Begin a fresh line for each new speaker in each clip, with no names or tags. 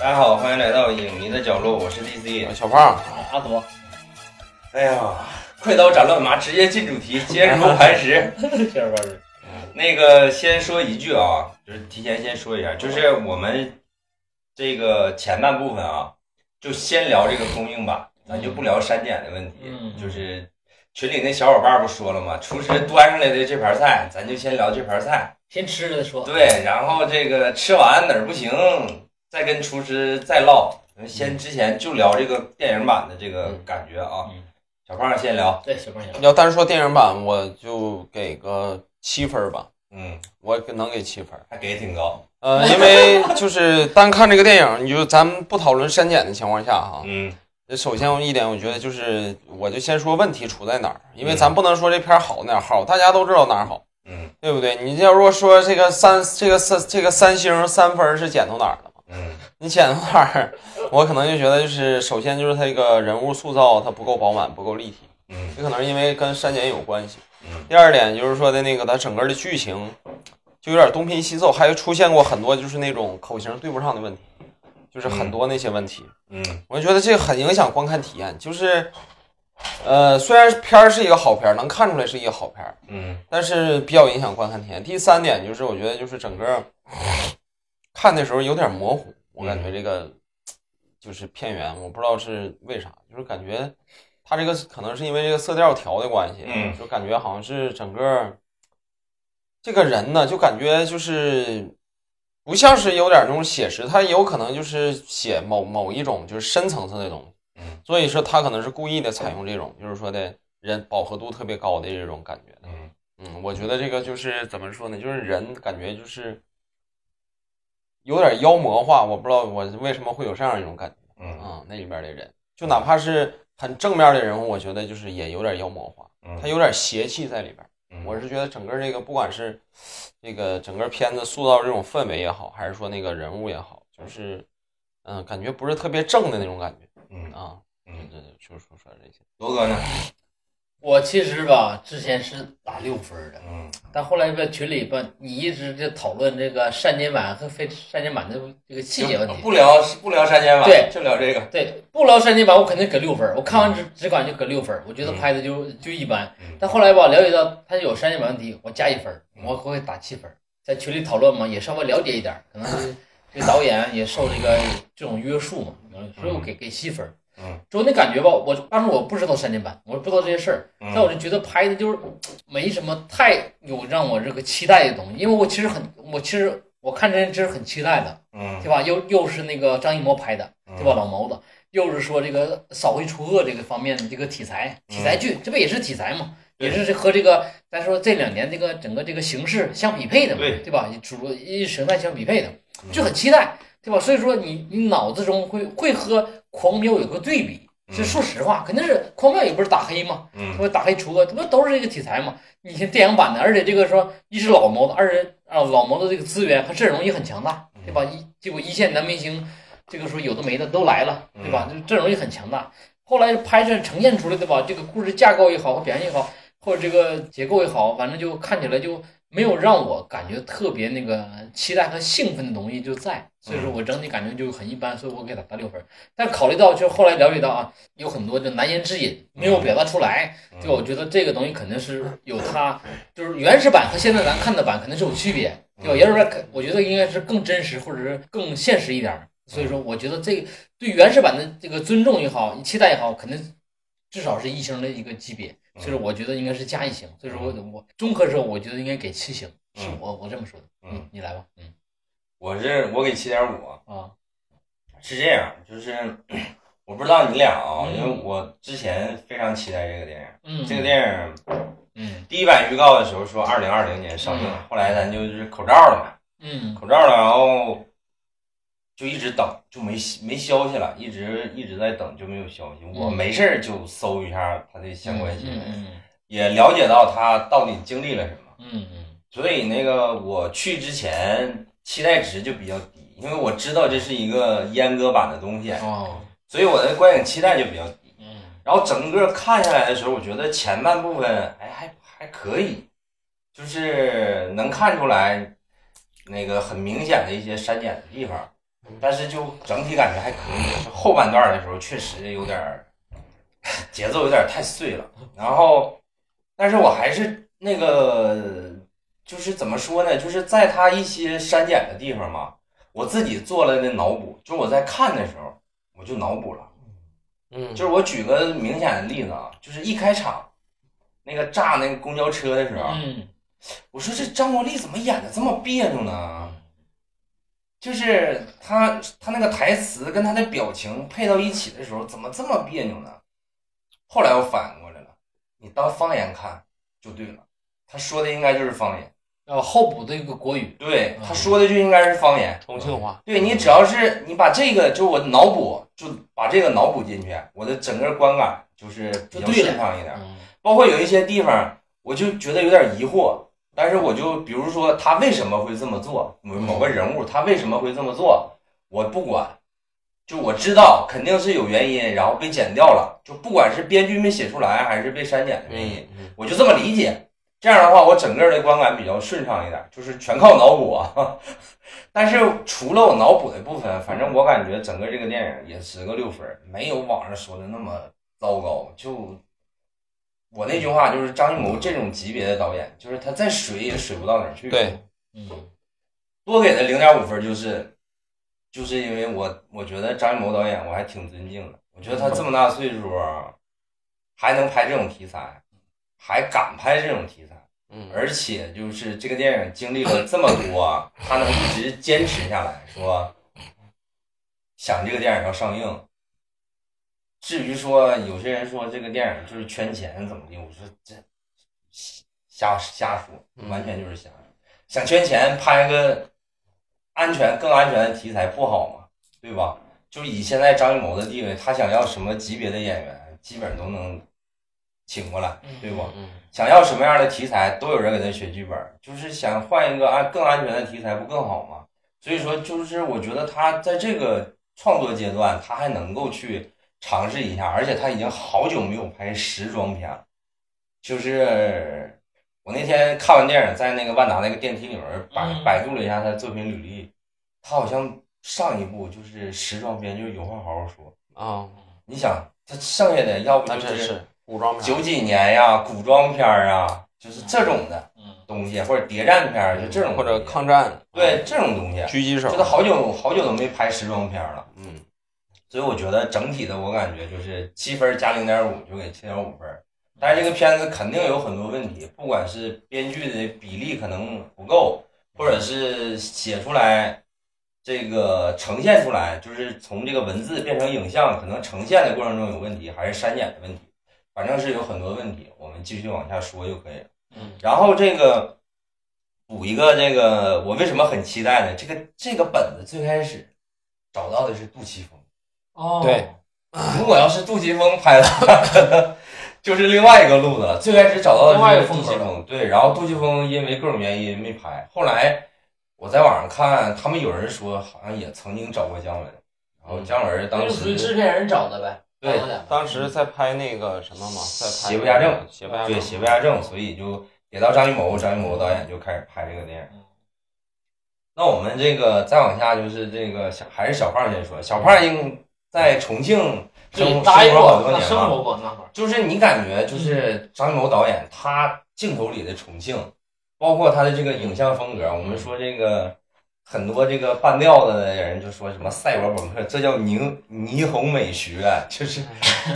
大家好，欢迎来到影迷的角落，我是 DC
小胖，
阿朵。哎呀，快刀斩乱麻，直接进主题，坚如磐 石。
这玩意儿
那个先说一句啊，就是提前先说一下，就是我们这个前半部分啊，就先聊这个供应吧，咱就不聊删减的问题。
嗯
就是群里那小伙伴不说了吗？厨师端上来的这盘菜，咱就先聊这盘菜。
先吃了再说。
对，然后这个吃完哪儿不行，再跟厨师再唠。嗯先之前就聊这个电影版的这个感觉啊，
嗯
小胖先聊，
对，小胖小胖，
要单说电影版，我就给个七分儿吧，
嗯，
我能给七分儿。
还给挺高，
呃，因 为就是单看这个电影，你就咱们不讨论删减的情况下哈，
嗯
首先一点，我觉得就是，我就先说问题出在哪儿，因为咱不能说这片儿好哪儿好，大家都知道哪儿好，
嗯
对不对？你要如果说这个三这个三这个三星三分儿是减到哪儿了嘛？
嗯
你减到哪儿，我可能就觉得就是，首先就是他这个人物塑造他不够饱满，不够立体。
嗯
也可能是因为跟删减有关系
嗯。
第二点就是说的那个，它整个的剧情就有点东拼西凑，还出现过很多就是那种口型对不上的问题，就是很多那些问题。
嗯
我觉得这个很影响观看体验。就是，呃，虽然片儿是一个好片儿，能看出来是一个好片儿，
嗯
但是比较影响观看体验。第三点就是，我觉得就是整个看的时候有点模糊，我感觉这个就是片源，我不知道是为啥，就是感觉它这个可能是因为这个色调调的关系，
嗯
就感觉好像是整个这个人呢，就感觉就是。不像是有点那种写实，他有可能就是写某某一种就是深层次的东西，
嗯
所以说他可能是故意的采用这种就是说的人饱和度特别高的这种感觉的。
嗯
嗯，我觉得这个就是怎么说呢，就是人感觉就是有点妖魔化，我不知道我为什么会有这样一种感觉
嗯
啊、那里边的人，就哪怕是很正面的人物，我觉得就是也有点妖魔化，
嗯，
他有点邪气在里边。
嗯，
我是觉得整个这个不管是这个整个片子塑造这种氛围也好，还是说那个人物也好，就是嗯、感觉不是特别正的那种感觉
嗯
啊。
嗯，
对对，就是说说这些。
罗哥呢？
我其实吧，之前是打六分儿的，
嗯
但后来在群里吧，你一直就讨论这个删减版和非删减版的这个细节问题。
不聊不聊删减版，
对
就聊这个。
对，不聊删减版，我肯定给六分儿。我看完只只感觉给六分儿，我觉得拍的就就一般
嗯。
但后来吧，了解到它有删减版问题，我加一分儿，
嗯
我会打七分儿。在群里讨论嘛，也稍微了解一点儿，可能 是这个导演也受这个这种约束嘛，所以我给给七分儿。
嗯
之后那感觉吧，我当时我不知道删减版，我不知道这些事儿，但我
嗯
就觉得拍的就是没什么太有让我这个期待的东西，因为我其实很，我其实我看这其实很期待的，
嗯，
对吧？又又是那个张艺谋拍的，对吧？？老谋子，又是说这个扫黑除恶这个方面的这个题材题材剧，这不也是题材嘛？
嗯对
也是和这个咱说这两年这个整个这个形势相匹配的嘛，
对
对吧？主流意识形态相匹配的，
嗯
就很期待，对吧？所以说你你脑子中会会和狂飙有个对比，
嗯
这说实话，肯定是狂飙也不是打黑嘛，
嗯
说打黑除恶，这不都是这个题材嘛？你看电影版的，而且这个说一是老谋子，二是啊老谋子这个资源和阵容也很强大，对吧？一结果一线男明星，这个说有的没的都来了，对吧？这阵容也很强大。后来拍摄呈现出来的吧，这个故事架构也好，和表现也好，或者这个结构也好，反正就看起来就没有让我感觉特别那个期待和兴奋的东西就在，所以说我整体感觉就很一般，所以我给他打六分。但考虑到就是后来了解到啊，有很多就难言之隐没有表达出来，对，
嗯
我觉得这个东西肯定是有它，就是原始版和现在咱看的版肯定是有区别，对吧？
嗯
原始版肯我觉得应该是更真实，或者是更现实一点儿。所以说，
嗯
我觉得这个对原始版的这个尊重也好，期待也好，肯定至少是一星的一个级别。
嗯
所以说，我觉得应该是加一星。所以说我，我综合之后，我觉得应该给七星，是
嗯
我我这么说的。
嗯，
你来吧。嗯
我是我给七点五，
啊，
是这样，就是 我不知道你俩啊，
嗯
因为我之前非常期待这个电影。
嗯，
这个电影
嗯
第一版预告的时候说二零二零年上映，
嗯
后来咱就是口罩了嘛，
嗯
口罩了，然后就一直等，就没没消息了，一直一直在等，就没有消息。我没事儿就搜一下他的相关新闻，
嗯
也了解到他到底经历了什么。
嗯嗯
所以那个我去之前期待值就比较低，因为我知道这是一个阉割版的东西
嗯，，哦，
所以我的观影期待就比较低。
嗯
然后整个看下来的时候，我觉得前半部分哎还还可以，就是能看出来那个很明显的一些删减的地方，但是就整体感觉还可以。后半段的时候确实有点儿 节奏有点太碎了，然后，但是我还是那个就是怎么说呢，就是在他一些删减的地方嘛，我自己做了的脑补，就是我在看的时候我就脑补了。
嗯，
就是我举个明显的例子啊，就是一开场那个炸那个公交车的时候，
嗯，
我说这张国立怎么演的这么别扭呢？就是他他那个台词跟他的表情配到一起的时候，怎么这么别扭呢？后来我反应过来了，你当方言看就对了，他说的应该就是方言，
呃，后补的一个国语，
对他说的就应该是方言。
重庆话，
对你只要是你把这个，就我脑补，就把这个脑补进去，我的整个观感就是比较
就对了
顺畅一点。
嗯，
包括有一些地方，我就觉得有点疑惑，但是我就比如说他为什么会这么做，某某个人物他为什么会这么做，我不管，就我知道肯定是有原因，然后被剪掉了，就不管是编剧没写出来，还是被删减的原因，
嗯，
我就这么理解。这样的话，我整个的观感比较顺畅一点，就是全靠脑补啊。 但是除了我脑补的部分，反正我感觉整个这个电影也值个六分儿，没有网上说的那么糟糕。就我那句话，就是张艺谋这种级别的导演，就是他再水也水不到哪儿去。
对，
嗯，
多给他零点五分，就是就是因为我我觉得张艺谋导演我还挺尊敬的，我觉得他这么大岁数啊还能拍这种题材，还敢拍这种题材。
嗯，
而且就是这个电影经历了这么多，啊他能一直坚持下来，说想这个电影要上映。至于说有些人说这个电影就是圈钱怎么的，我说这瞎瞎说，
嗯
完全就是瞎说。想圈钱拍个安全更安全的题材不好吗？对吧？就以现在张艺谋的地位，他想要什么级别的演员，基本都能请过来，对不？
嗯
想要什么样的题材，都有人给他写剧本，就是想换一个安更安全的题材，不更好吗？所以说，就是我觉得他在这个创作阶段，他还能够去尝试一下，而且他已经好久没有拍时装片了。就是我那天看完电影，在那个万达那个电梯里面百
嗯
百度了一下他的作品履历，他好像上一部就是时装片，就是有话好好说。
啊，
你想，他剩下的要不
那
就
真
是
是古装片
九几年呀、古装片儿啊，就是这种的
嗯，
东西，或者谍战片儿，就这种
或者
东西
抗战，
对这种东西，
狙击手
觉，得好久好久都没拍时装片儿了，
嗯，
所以我觉得整体的我感觉就是七分儿加零点五就给七点五分儿，但是这个片子肯定有很多问题，不管是编剧的比例可能不够，或者是写出来。这个呈现出来，就是从这个文字变成影像，可能呈现的过程中有问题，还是删减的问题，反正是有很多问题，我们继续往下说就可以了。
嗯，
然后这个补一个这个，我为什么很期待呢？这个这个本子最开始找到的是杜琪峰，
哦
对，
如果要是杜琪峰拍的话， 可能就是另外一个路子了。最开始找到
另外一
的
个
是杜
风格
琪峰，对，然后杜琪峰因为各种原因没拍，后来我在网上看，他们有人说好像也曾经找过姜文，然
嗯
后姜文当
那就属于
时
制片人找的呗，
对
找的
当时在拍那个什么嘛，在拍
邪不压正，
邪不压
对
正，
邪不压正，所以就给到张艺谋，张艺谋导演就开始拍这个电
嗯
影。那我们这个再往下就是这个小，还是小胖先说，小胖应在重庆生
对
生
待
活好
过，
多
那
年
生
了，
活过那会儿，
就是你感觉就是张艺谋导演他镜头里的重庆，包括他的这个影像风格，我们说这个很多这个半吊子的人就说什么赛博朋克，这叫霓霓虹美学，就是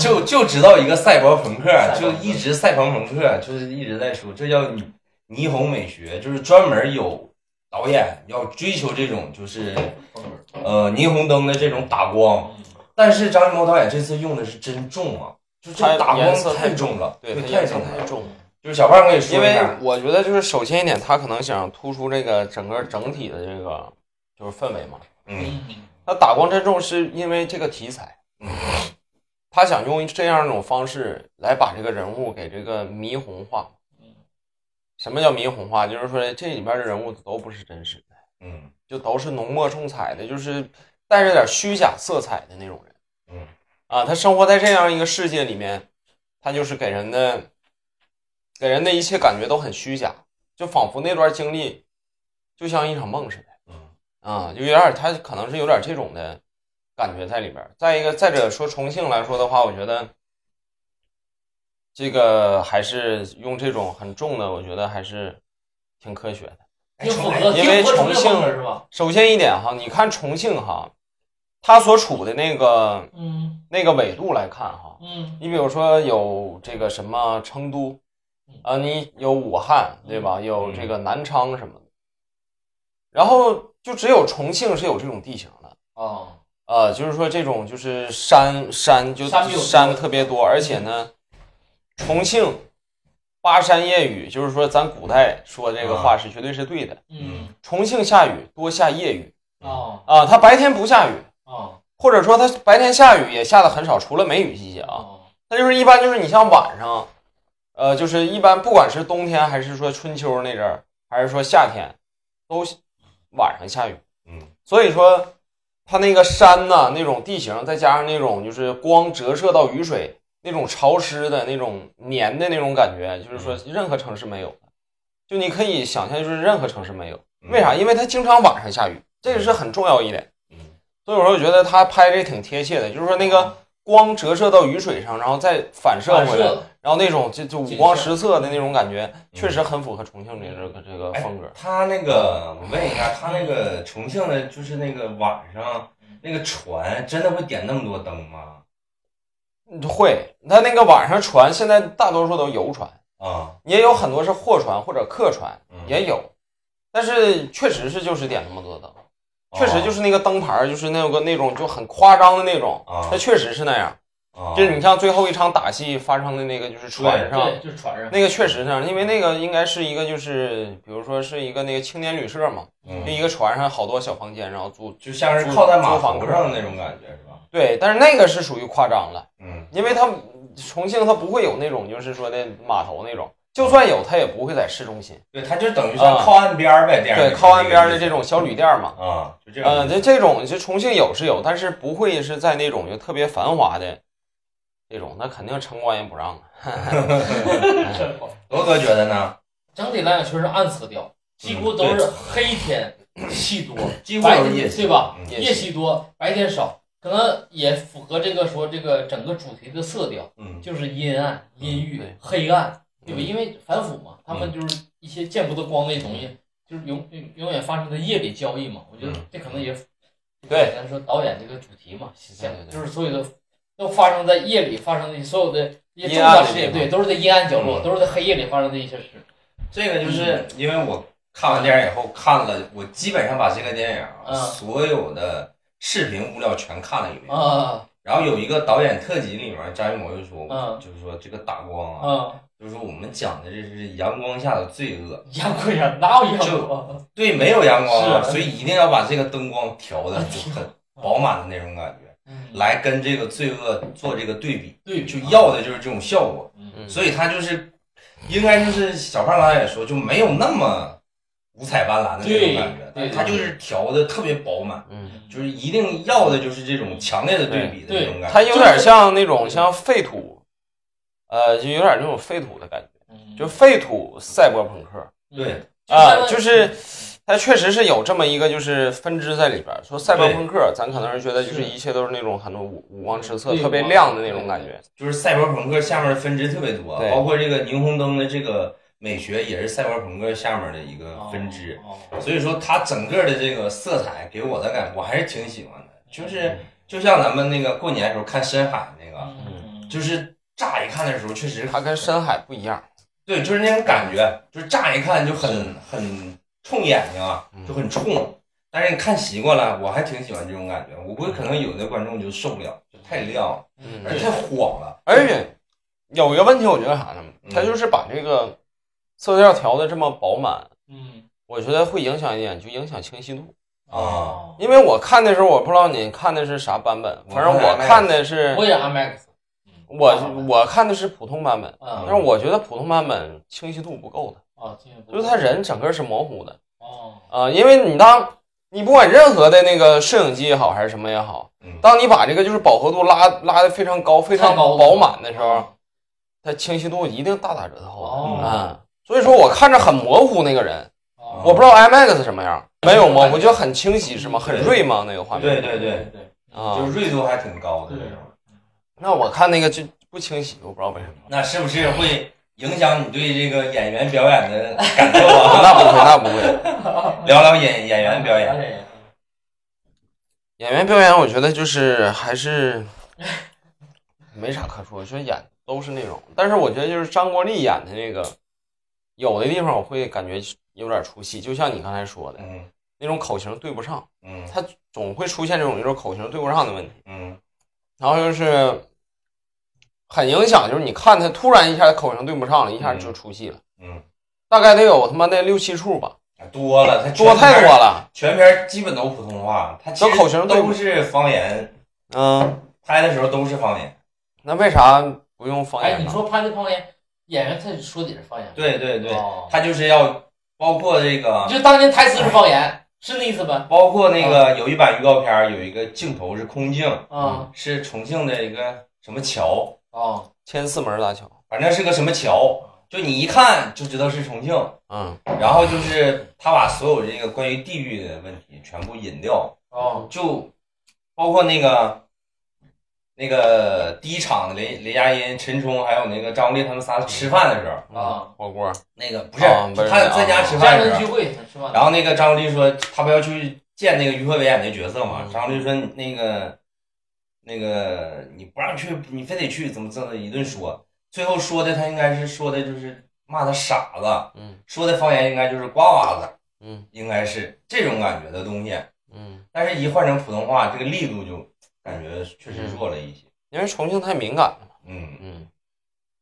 就就知道一个赛博朋克，就一直赛博朋克，就是一直在说这叫霓霓虹美学，就是专门有导演要追求这种就是
风格
呃霓虹灯的这种打光，
嗯
但是张艺谋导演这次用的是真重啊，就这
太
打光
颜色
太
太重
重了，
对，它
太
颜色
重
太
了。
重了。
就是小胖可以说
因
一
为
下，
我觉得就是首先一点，他可能想突出这个整个整体的这个就是氛围嘛。
嗯
那打光真重是因为这个题材，
嗯
他想用这样一种方式来把这个人物给这个迷红化
嗯。
什么叫迷红化？就是说这里边的人物都不是真实的，
嗯
就都是浓墨重彩的，就是带着点虚假色彩的那种人。
嗯
啊，他生活在这样一个世界里面，他就是给人的给人的一切感觉都很虚假，就仿佛那段经历就像一场梦似的。
嗯
啊，就有点儿他可能是有点儿这种的感觉在里边儿。再一个，再者说重庆来说的话，我觉得这个还是用这种很重的，我觉得还是挺科学的。
哎
英
重
符
庆
合
因为
英符合
重
庆
庆
是吧？
首先一点哈，你看重庆哈，它所处的那个
嗯
那个纬度来看哈，
嗯
你比如说有这个什么成都
嗯，
啊，你有武汉对吧？有这个南昌什么的，然后就只有重庆是有这种地形的。
哦，
呃，就是说这种就是山山就
山比较多
山特别多，而且呢，重庆巴山夜雨，就是说咱古代说这个
啊
话是绝对是对的。
嗯
重庆下雨多下夜雨
哦
啊、它白天不下雨，
哦
或者说它白天下雨也下的很少，除了梅雨季节啊。
哦
那就是一般就是你像晚上，呃，就是一般不管是冬天还是说春秋那阵儿，还是说夏天，都晚上下雨。
嗯，
所以说，它那个山呐、那种地形，再加上那种就是光折射到雨水那种潮湿的那种黏的那种感觉，就是说任何城市没有的。就你可以想象，就是任何城市没有。为啥？因为它经常晚上下雨，这个是很重要一点。
嗯
所以我说，我觉得他拍这挺贴切的，就是说那个光折射到雨水上，然后再反射回来，然后那种就就五光十色的那种感觉，确实很符合重庆这这个这个风格。
他那个，我问一下，他那个重庆的，就是那个晚上那个船，真的会点那么多灯吗？
会，他那个晚上船现在大多数都游船，
啊，
也有很多是货船或者客船
嗯
也有，但是确实是就是点那么多灯，
哦
确实就是那个灯牌儿就是那个那种就很夸张的那种，
啊
它，确实是那样。
啊
就是你像最后一场打戏发生的那个，就是船上
对，就是船上
那个确实是，因为那个应该是一个就是，比如说是一个那个青年旅社嘛，就
嗯
一个船上好多小房间，然后租
就像是靠在码头上的那种感觉是吧？
对，但是那个是属于夸张了，
嗯
因为它重庆它不会有那种就是说的码头那种，就算有它也不会在市中心，，
对，它就等于像靠岸边儿呗，电影
啊对，
里
靠岸边的这种小旅店嘛，
啊，就这样。
嗯，这这种就重庆有是有，但是不会是在那种就特别繁华的那种，那肯定城管也不让啊。
真好。
罗哥觉得呢？
整体来讲确实暗色调，几乎都是黑天戏多，
几乎
白
都是
天
戏
对吧？？
嗯
也
夜戏多，白天少，可能也符合这个说这个整个主题的色调，
嗯
就是阴暗、阴
嗯
郁
对、
黑暗，对吧？
嗯
因为反腐嘛，他们就是一些见不得光的东西，就是永永远发生在夜里交易嘛。我觉得
嗯
这可能也
对，
咱说导演这个主题嘛，想
对对对
就是所有的都发生在夜里发生的所有的一些重
阴暗
大
的
事
地
件，
方
对，都是在阴暗角落，
嗯
都是在黑夜里发生的一些事。
这个就是
嗯
因为我看完电影以后看了，我基本上把这个电影啊
嗯
所有的视频物料全看了一遍。
啊
然后有一个导演特辑里面，张艺谋就说，
嗯
就是说这个打光啊，
啊！
就是说我们讲的这是阳光下的罪恶。
阳光呀，哪有阳光？
对，没有阳光啊，
是哎
所以一定要把这个灯光调的就很饱满的那种感觉，
嗯
来跟这个罪恶做这个对比，
对，嗯
就要的就是这种效果。
嗯
所以他就是应该就是小胖刚才也说，就没有那么五彩斑斓的那种感觉，
对对
他就是调的特别饱满，
嗯，
就是一定要的就是这种强烈的对比的那种感觉。
它有点像那种像废土，呃，就有点这种废土的感觉，
嗯
就废土赛博朋克
对，
啊、就是它确实是有这么一个就是分支在里边儿。说赛博朋克，咱可能是觉得就是
是
一切都是那种很多五五光十色、
对
特别亮的那种感觉。
就是赛博朋克下面的分支特别多，
对
包括这个霓虹灯的这个美学也是赛博朋克下面的一个分支。
哦，
所以说，它整个的这个色彩给我的感，我还是挺喜欢的。就是就像咱们那个过年的时候看《深海》那个，
嗯，
就是乍一看的时候确实
它跟深海不一样，
对，就是那种感觉，就是乍一看就很很冲眼睛啊，
嗯
就很冲。但是你看习惯了，我还挺喜欢这种感觉。我估计可能有的观众就受不了，就太亮了，
嗯
而且太晃了。
而且有一个问题，我觉得啥呢？它就是把这个色调调的这么饱满，
嗯
我觉得会影响一点，就影响清晰度。
啊，
哦
因为我看的时候，我不知道你看的是啥版本，反正我看的是
我也 IMAX，嗯
我我看的是普通版本，但
啊
是我觉得普通版本清晰度不够的，
啊，
就是他人整个是模糊的
哦，
啊、因为你当你不管任何的那个摄影机也好还是什么也好
嗯，
当你把这个就是饱和度拉拉的非常高、非常
太高了
饱满的时候，它清晰度一定大打折扣啊
哦
啊、所以说我看着很模糊那个人，
哦
我不知道 IMAX 什么样，没有模糊，就很清晰是吗？很
对
锐吗？那个画
对
面？
对对，
对，
就
啊
是，锐度还挺高的这种。
那我看那个就不清晰，我不知道为什 么。
那是不是会影响你对这个演员表演的感受啊？
那不会，那不会。
聊聊演演员表演，
演，
演员表演，我觉得就是还是没啥可说，就是演都是那种。但是我觉得就是张国立演的那个，有的地方我会感觉有点出戏，就像你刚才说的
嗯
那种口型对不上，
嗯
总会出现这种就是口型对不上的问题。
嗯
然后就是很影响，就是你看他突然一下口型对不上了，一下就出戏了，
嗯，
大概得有他妈那六七处吧，
哎多了，他
多太多
了，
了。
全篇基本都普通话，他其实
都口型对
都是方言，
嗯，
拍的时候都是方言。
那为啥不用方
哎，
言
你
呢？
说拍的方言，演员他说的也是方言，
对对对，
哦
他就是要包括这个，
就当年台词是方言，是那意思吧？
包括那个
嗯
有一版预告片儿有一个镜头是空镜，
啊
是重庆的一个什么桥，
哦，
千四门大桥，
反正是个什么桥，就你一看就知道是重庆。
嗯，
然后就是他把所有这个关于地域的问题全部引掉，
哦，
就包括那个那个第一场的雷雷佳音、陈冲还有那个张国立他们仨吃饭的时候，
啊，
火锅，
那个不是、
啊不是
他在家吃
家
饭的时
人聚
候，
会是吧？
然后那个张国立说他不要去见那个于和伟演那角色嘛，
嗯
张国立说那个那个你不让去，你非得去，怎么怎么一顿说，最后说的他应该是说的就是骂他傻子，
嗯
说的方言应该就是瓜娃子。
嗯
应该是这种感觉的东西，
嗯，
但是一换成普通话，这个力度就感觉确实弱了一些。
因为重庆太敏感了。
嗯，
嗯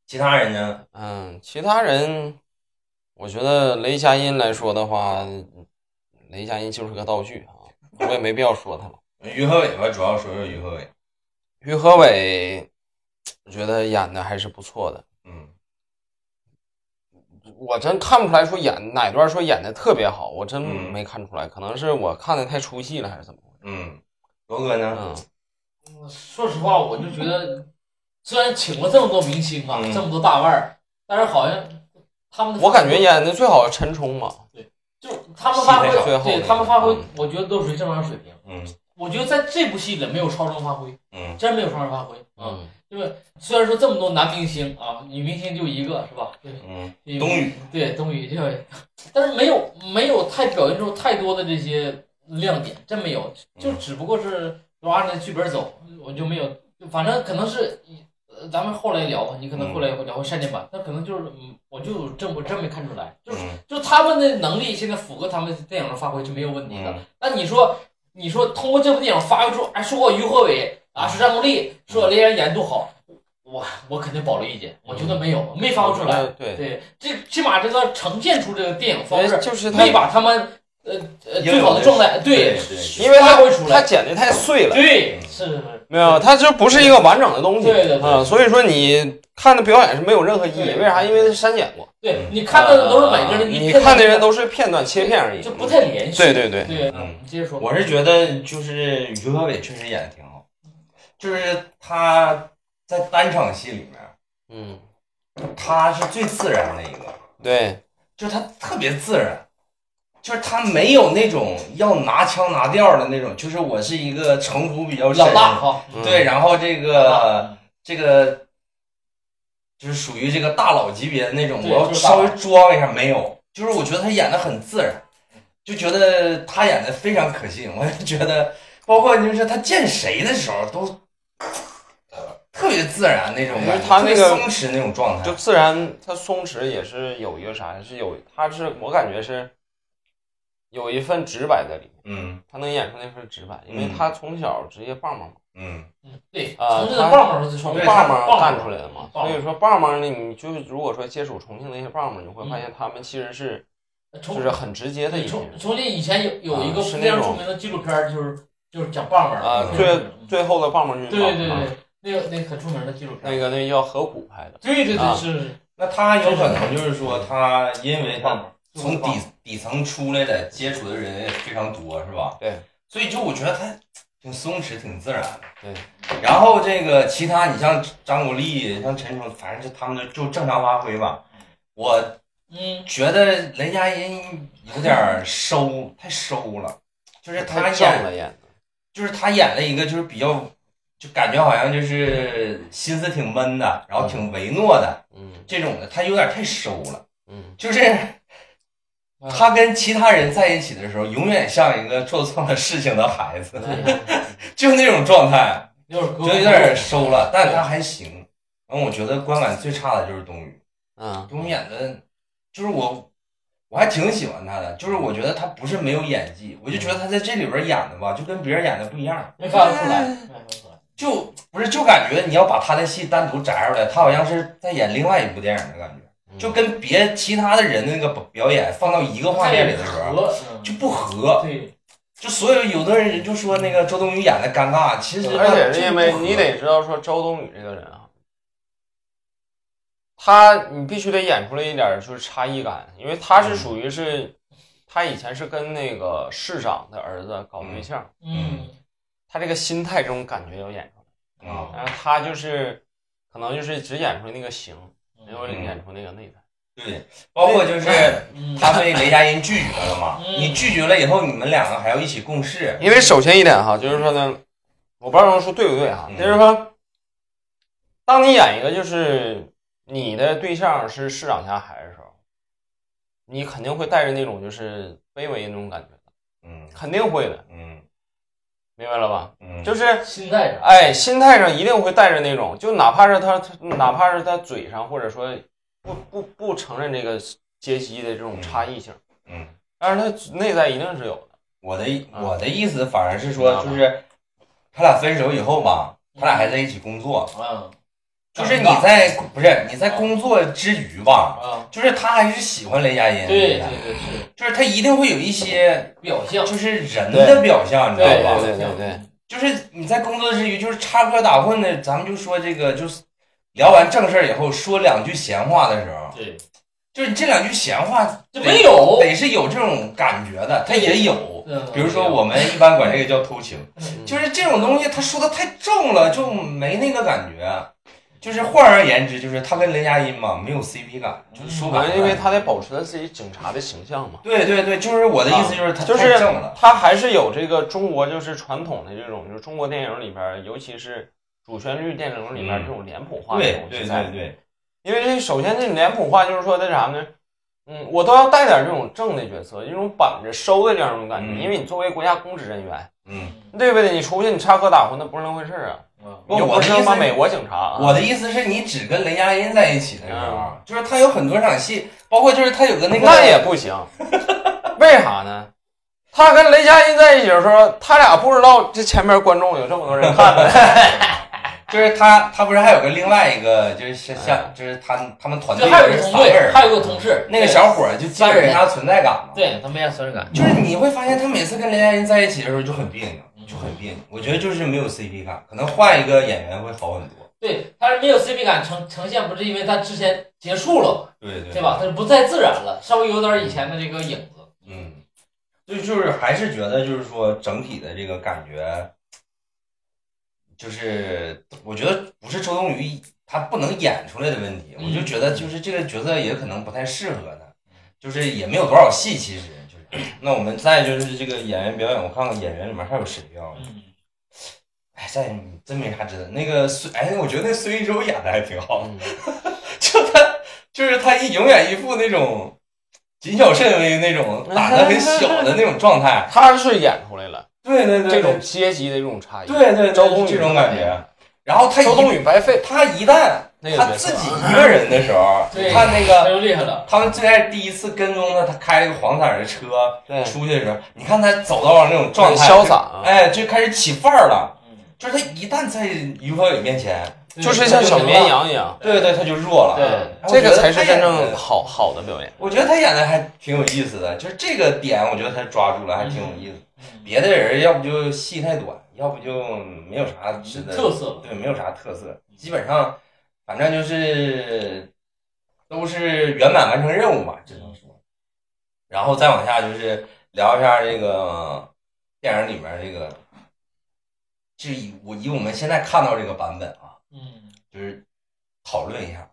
其他人呢？
嗯，其他人，我觉得雷佳音来说的话，雷佳音就是个道具啊，我也没必要说他了。
于和伟吧，主要说说于和伟。
于和伟，我觉得演的还是不错的。
嗯
我真看不出来说演哪段说演的特别好，我真
嗯
没看出来，可能是我看的太出戏了还是怎么回事？
嗯，罗哥呢？
嗯，
说实话，我就觉得，虽然请过这么多明星啊，
嗯
这么多大腕儿，但是好像他们的
我感觉演的最好是陈冲吧，
就是他们发挥，
戏最后
对
那
他们发挥
嗯，
我觉得都属于正常水平。
嗯
我觉得在这部戏里没有超常发挥，
嗯
真没有超常发挥啊。
嗯，
虽然说这么多男明星啊，女明星就一个是吧？对
嗯，
对
冬雨
对冬雨这位，但是没有没有太表现出太多的这些亮点，真没有，就
嗯
只不过是都按着剧本走，我就没有，就反正可能是，呃咱们后来聊吧，你可能后来会聊会删减版，那可能就是，嗯我就真我真没看出来，就是
嗯
就他们的能力现在符合他们电影的发挥是没有问题的。
嗯
那你说，你说通过这部电影发挥出，哎，说我于和伟啊，说张国立，说雷佳音演度好，我我肯定保留意见，我觉得没有，没发挥出来。
嗯对，
对，这起码这个呈现出这个电影
因
方
为
式，
就是哎他
没，把他们呃呃
应有
最好的状态，对
对
因为
发
他
挥出
他
来，
剪的太碎了，
对，是是是，
没有，他就不是一个完整的东西，
对对对
啊，所以说你看的表演是没有任何意义，
对
为啥？因为删减过，
对你看到的都是每个
啊
人，
嗯你
看
看的
到
人都是片段切片而已，嗯
就不太连续，
对对对，
对，
嗯
你接着说，
我是觉得就是于和伟确实演的挺好，就是他在单场戏里面，
嗯，
他是最自然的一个。
对，
就是他特别自然，就是他没有那种要拿腔拿调的那种，就是我是一个城府比较深
老，大哈，
嗯
对，，然后这
呃
个这个就是属于这个大佬级别的那种，
对
我要
就是大佬
稍微装一下，没有，就是我觉得他演的很自然，就觉得他演的非常可信，我也觉得，包括就是他见谁的时候都。呃特别自然那种感
就是
觉，
他那个
特别松弛那种状态，
就自然，它松弛也是有一个啥，是有，它是我感觉是有一份直白在里面，
嗯
他能演出那份直白，因为
嗯
他从小职业棒棒嘛，
嗯
嗯对，
啊
从这个棒棒是
从
从
棒
棒
棒干出来的嘛，
棒
所以说棒棒呢，你就如果说接触重庆那些棒棒，你会发现他们其实是
从
就是很直接的一
嗯对
群
从
人，
从前以前有有一个
啊是
非
那种
常著名的纪录片儿，就是就是讲棒棒的
啊，
嗯
最最后的棒棒军
对对对
团嘛
对，那个那个很出名的纪录片
那
儿，
个那叫河谷拍的，
对对
啊
对是是
那他有可能就是说，他因为
棒
他
嗯
棒，
从底底层出来的，接触的人也非常多，是吧？
对。
所以就我觉得他挺松弛，挺自然的。
对。
然后这个其他，你像张国立、像陈冲，反正就他们就就正常发挥吧。我
嗯，
觉得雷佳音有点儿收，太收了，就是他
太正
演，
了演的，
就是他演了一个就是比较，就感觉好像就是心思挺闷的，然后挺唯诺的
嗯
这种的，他有点太收了，
嗯，
就是。
啊
他跟其他人在一起的时候，永远像一个做错了事情的孩子， 就那种状态。
有点
就有点收了，但他还行。然后我觉得观感最差的就是冬雨，
嗯
冬雨演的，就是我我还挺喜欢他的，就是我觉得他不是没有演技，我就觉得他在这里边演的吧，就跟别人演的不一样，
没看得出来，没看得出来。
就不是就感觉你要把他的戏单独摘出来，他好像是在演另外一部电影的感觉，就跟别其他的人的那个表演放到一个画面里的时候
和
就不
嗯
合，
对，
就所有有的人就说那个周冬雨演的尴尬，其实
而且是因为你得知道说周冬雨这个人啊，他你必须得演出来一点就是差异感，因为他
嗯
是属于是，他以前是跟那个市长的儿子搞对象，
嗯，
他这个心态这种感觉要演出
啊
来，
嗯
但是他就是可能就是只演出那个形，没有演出那个内在。
嗯对，包括就是。
嗯，
他被雷佳音拒绝了嘛？
嗯
你拒绝了以后，你们两个还要一起共事。
因为首先一点哈，就是说呢，我不知道这么说对不对哈，
嗯
就是说，当你演一个就是你的对象是市长家孩子的时候，你肯定会带着那种就是卑微那种感觉的，
嗯
肯定会的，
嗯
明白了吧？
嗯，
就是
心态
啊
上，
哎，心态上一定会带着那种，就哪怕是他，他哪怕是他嘴上或者说不不不承认这个阶级的这种差异性，
嗯，
但是他内在一定是有的，
我的
啊
我的意思反而是说，就是他俩分手以后吧，他俩还在一起工作。
嗯，
就是你在不是你在工作之余吧，
啊，
就是他还是喜欢雷佳音，
对对对是
就是他一定会有一些
表象，
就是人的表象，你知道吧？
对对对对，
就是你在工作之余，就是插科打诨的，咱们就说这个，就是聊完正事儿以后说两句闲话的时候，
对，
就是这两句闲话
这没有，
得是有这种感觉的，他也有。
嗯
比如说，我们一般管这个叫偷情，
嗯
就是这种东西，他说的太重了，就没那个感觉。就是换而言之，就是他跟雷佳音嘛，没有 CP 感，就是说白
可
了，
嗯能因为他得保持他自己警察的形象嘛，
对对对，就是我的意思就是他
啊就是
太正了，
他还是有这个中国就是传统的这种，就是中国电影里边儿，尤其是主旋律电影里边儿
嗯
这种脸谱化的
对
东
对
西
对
在。
对对，
因为这首先这脸谱化就是说那啥呢，嗯，我都要带点这种正的角色，这种板着收的这样一种感觉，
嗯
因为你作为国家公职人员，
嗯，
对不对？你出去你插科打诨那不是那回事儿啊，
嗯，
不
你又
我
不
的
是
意
他
思
妈
是
美国警察啊。
我的意思是你只跟雷佳音在一起的时候
啊
嗯，
就是他有很多场戏，包括就是他有个那个，
那也不行， 为啥呢？他跟雷佳音在一起的时候，他俩不知道这前面观众有这么多人看呢。
就是他他不是还有个另外一个就是像像就是他他们团队
这嗯还有
人
个
三
同
个人
队，，还有个同事，
那个小伙儿就基本上存在感嘛。，
对，
他没啥存在感，
就是你会发现他每次跟雷佳音在一起的时候就很别扭，就很别扭。我觉得就是没有 CP 感，可能换一个演员会好很多。
对，他是没有 CP 感呈呈现，不是因为他之前结束了，
对对
对？吧？他是不再自然了，稍微有点以前的这个影子，
嗯，就就是还是觉得就是说整体的这个感觉，就是我觉得不是周冬雨她不能演出来的问题，
嗯
我就觉得就是这个角色也可能不太适合她，就是也没有多少戏，其实就是。那我们再就是这个演员表演，我看看演员里面还有谁啊？
嗯，
哎，这真没啥值得。那个孙，哎，我觉得那孙艺洲演的 还挺好，
嗯
就他就是他一永远一副那种谨小慎微那种打的很小的那种状态。
他是演出来了
对对对，
这种阶级的这种差异。
对对对
周冬雨
这种感觉。然后他一
周冬雨白费，
他一旦
那个
他
角色
自己一个人的时 候，
对
你看那
他
个
又厉害了，
他们最开始第一次跟踪他，他开了个黄色儿的车
对
出去的时候，你看他走到那种状
很
态，
嗯潇洒啊，
哎，就开始起范儿了。
嗯，
就是他一旦在于和伟面前，
就是像小绵，羊一样。
对对，他就弱了。
对
嗯
哎
这个才是真
我觉得他演
正
得
好好的表演。
我觉得他演的还挺有意思的，就是这个点，我觉得他抓住了，还挺有意思。别的人要不就戏太短，要不就没有啥值得
嗯特色了，
对，没有啥特色，基本上反正就是都是圆满完成任务吧，只能说。然后再往下就是聊一下这个电影里面这个，就以我以我们现在看到这个版本啊，
嗯，
就是讨论一下。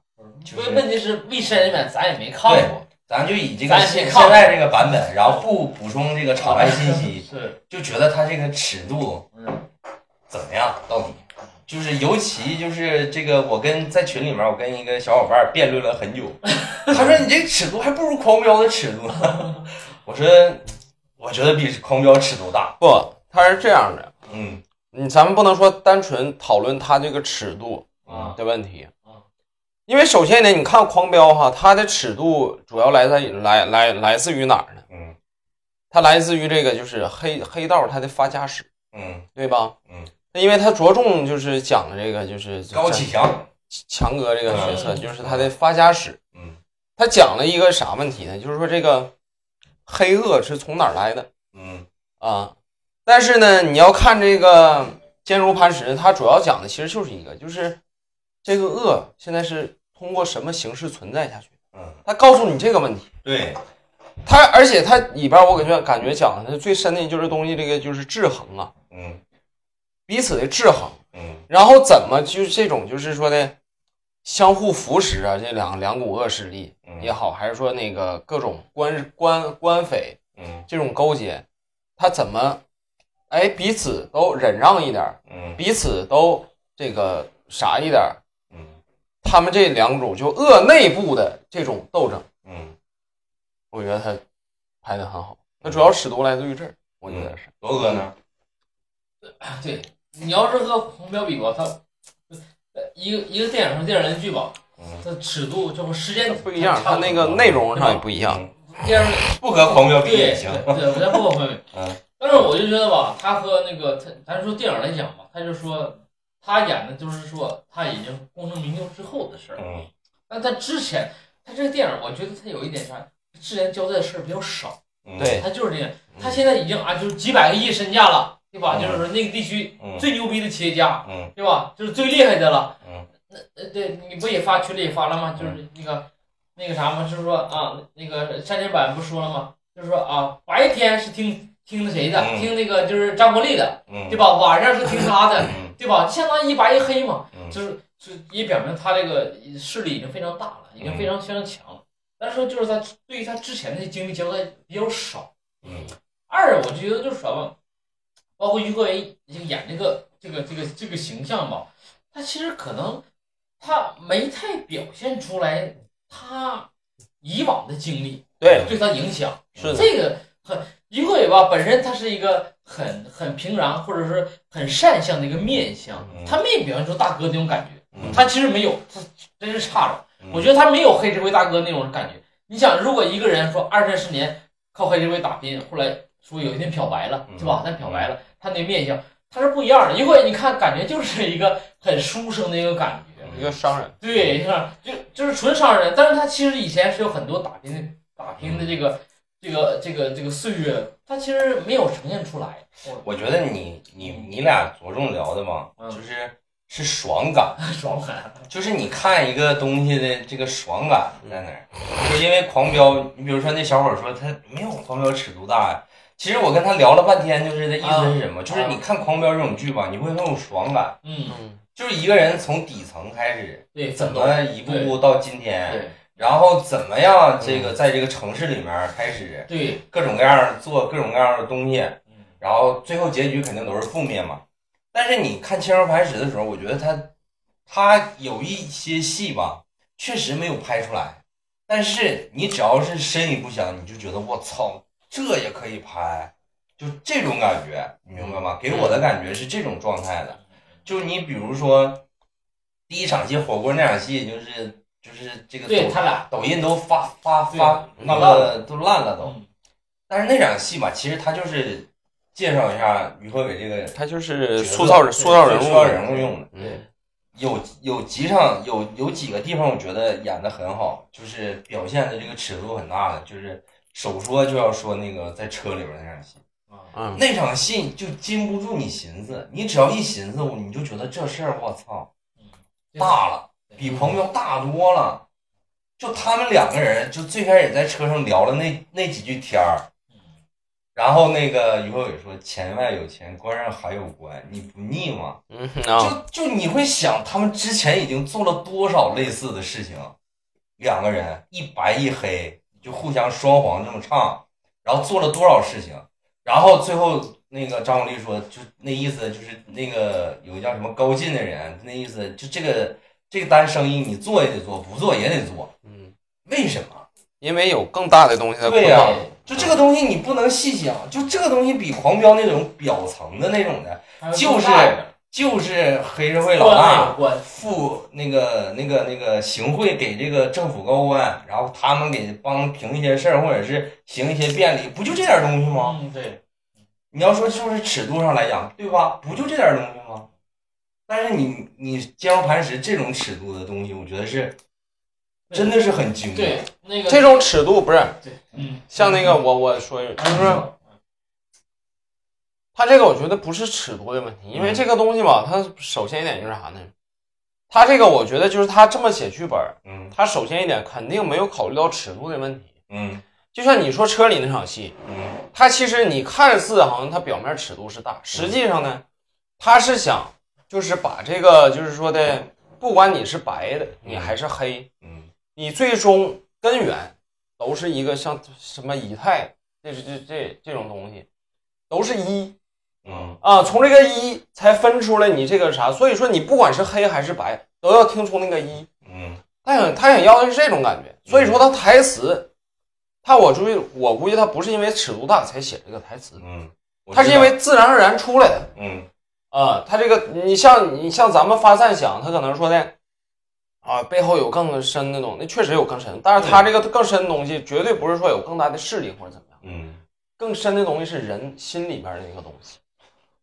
问问题是未删减版咱也没看过，
咱就以这个
咱
现
先靠
现在这个版本，然后不补充这个场外信 息，
是，
就觉得它这个尺度
嗯，
怎么样？到底就是尤其就是这个，我跟在群里面，我跟一个小伙伴辩论了很久，他说你这尺度还不如狂飙的尺度 呢。我说我觉得比狂飙尺度大。
不，它是这样的，
嗯
你咱们不能说单纯讨论它这个尺度
啊
的问题
啊，
因为首先呢，你看《狂飙》哈，它的尺度主要来在来来来自于哪儿呢？
嗯
它来自于这个就是黑黑道它的发家史，
嗯，
对吧？
嗯，
因为它着重就是讲的这个就是
高启强。
强哥这个角色，
嗯
就是他的发家史。
嗯，
他讲了一个啥问题呢？就是说这个黑恶是从哪儿来的
嗯
啊？但是呢，你要看这个《坚如磐石》，它主要讲的其实就是一个，就是这个恶现在是通过什么形式存在下去？
嗯，
他告诉你这个问题。
对，
他而且他里边我感觉感觉讲的最深的就是东西，这个就是制衡啊，
嗯
彼此的制衡。
嗯
然后怎么就是这种就是说呢，相互扶持啊，这两两股恶势力
嗯
也好，还是说那个各种官官官匪
嗯
这种勾结，他怎么哎彼此都忍让一点儿，
嗯
彼此都这个啥一点儿，
嗯
他们这两种就恶内部的这种斗争，
嗯，
我觉得他拍的很好。那主要尺度来自于这儿，我觉得是。
罗哥呢？
对，你要是和红标比吧，它呃一个一个电影和电视剧吧，
嗯，
它尺度这不时间
不一样，
它
它那个内容上也不一样。
电视
不和狂飙比
对
也行。
对，对我再不 分。
嗯，
但是我就觉得吧，他和那个他，咱说电影来讲吧，他就说他演的就是说他已经功成名就之后的事儿。
嗯
但他之前，他这个电影，我觉得他有一点啥，之前交代的事儿比较少。
嗯
对
他就是这样，他现在已经啊，就是几百个亿身价了，对吧？
嗯
就是说那个地区
嗯
最牛逼的企业家，
嗯
对吧？就是最厉害的了。
嗯
呃，对，你不也发群里也发了吗？就是那个、那个啥嘛，就是说啊，那个删减版不说了吗？就是说啊，白天是听听那谁的，
嗯
听那个就是张国立的，
嗯，
对吧？晚上是听他的，
嗯
对吧？相当于一白一黑嘛，
嗯
就是就也表明他这个势力已经非常大了，已经非常
嗯
非常强了。但是说就是他对于他之前的经历交代比较少。
嗯
二，我觉得就是什么，包括于和伟演这个这个这个这个形象吧，他其实可能他没太表现出来他以往的经历
对，
对他影响。
是的，
这个很于和伟吧，本身他是一个很很平常，或者是很善向的一个面相
嗯，
他没表现出大哥那种感觉，
嗯
他其实没有，他真是差着。
嗯
我觉得他没有黑社会大哥那种感觉。你想，如果一个人说二三十年靠黑社会打拼，后来说有一天漂白了
嗯，
是吧？他漂白了，他那面相他是不一样的。于和伟，你看感觉就是一个很书生的一个感
嗯
觉，
一个商人。
对，是吧就就是纯商人，但是他其实以前是有很多打拼的打拼的这个这个这个这个岁月，他其实没有呈现出来。我
我觉得你你你俩着重聊的吧，
嗯
就是是爽感，
爽感，
就是你看一个东西的这个爽感在哪儿。就因为狂飙，你比如说那小伙儿说他没有狂飙尺度大呀，其实我跟他聊了半天，就是这意思是什么？就是你看狂飙这种剧吧，你会很有爽感，
嗯，
嗯，
就是一个人从底层开始，
对，
怎
奋斗
么一步步到今天，
对嗯
然后怎么样这个在这个城市里面开始
对，
各种各样儿做各种各样儿的东西。
嗯
然后最后结局肯定都是负面嘛。但是你看《青蛇磐石》的时候，我觉得他他有一些戏吧，确实没有拍出来。但是你只要是深一步想，你就觉得我操，这也可以拍，就这种感觉，你明白
嗯
吗？给我的感觉是这种状态的。就你比如说第一场戏火锅那场戏，就是就是这个
对
抖
他俩，
抖音都发发
对
发那
烂
个都烂了都。
嗯，
但是那场戏吧，其实他就是介绍一下于和伟这个
他就是
角色
呃塑造人塑造人物，
塑造人物用的。
嗯，
有有几场有有几个地方，我觉得演的很好，就是表现的这个尺度很大的，就是首说就要说那个在车里边那场戏，
嗯，
那场戏就禁不住你寻思，你只要一寻思，你就觉得这事儿我操大了，比
嗯
狂飙大多了。就他们两个人，就最开始在车上聊了那那几句天儿，然后那个于和伟说：“钱外有钱，官上还有官，你不腻吗
嗯？”啊，
就就你会想，他们之前已经做了多少类似的事情，两个人一白一黑，就互相双簧这么唱，然后做了多少事情，然后最后那个张国立说，就那意思就是那个有个叫什么高进的人，那意思就这个这个单生意你做也得做，不做也得做，
嗯，
为什么？
因为有更大的东西在捆
对呀
绑。
就这个东西你不能细想，就这个东西比狂飙那种表层的那种的，就是就是黑社会老大。
有关，
付那个那个那个行贿给这个政府高官，然后他们给帮评一些事儿，或者是行一些便利，不就这点东西吗？
嗯，对，
你要说就是尺度上来讲，对吧？不就这点东西吗？但是你你坚如磐石这种尺度的东西，我觉得是真的是很经典。
对那个
这种尺度不是
对，嗯，
像那个我我说一句，就是说
嗯
他这个我觉得不是尺度的问题，因为
嗯
这个东西吧，它首先一点就是啥呢？他这个我觉得就是他这么写剧本，
嗯
他首先一点肯定没有考虑到尺度的问题。
嗯
就像你说车里那场戏，
嗯
他其实你看似好像他表面尺度是大，实际上呢，他是想就是把这个就是说的，不管你是白的，你还是黑，
嗯
你最终根源都是一个像什么以太，这是这这这种东西，都是一
嗯
啊，从这个一才分出来你这个啥，所以说你不管是黑还是白，都要听出那个一。
嗯
他想他想要的是这种感觉，所以说他台词，他我注意我估计他不是因为尺度大才写这个台词，
嗯，我
他是
知
因
道
为自然而然出来的。
嗯
啊，他这个你像你像咱们发散想，他可能说的啊，背后有更深的东西，那确实有更深，但是他这个更深的东西绝对不是说有更大的势力或者怎么样，
嗯，
更深的东西是人心里边的一个东西，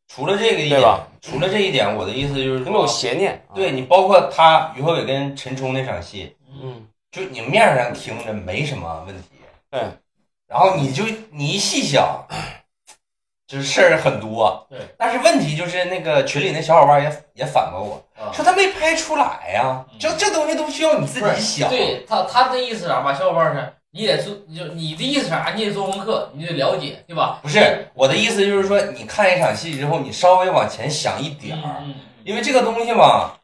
除了这个一
对
点
吧，
除了这一点，我的意思就是
很有
说，
邪念。啊
对，你包括他于和伟跟陈冲那场戏。
嗯，
就你面上听着没什么问题，
对，
然后你就你一细想， 就是事儿很多，
对，
但是问题就是那个群里那小伙伴也也反驳我
啊
说他没拍出来呀、
嗯
这这东西都需要你自己想，
对他他的意思是啥吧，小伙伴是，你得做，你就你的意思是啥，你得做功课，你得了解，对吧？
不是我的意思就是说，你看一场戏之后，你稍微往前想一点儿，
嗯，嗯
因为这个东西吧，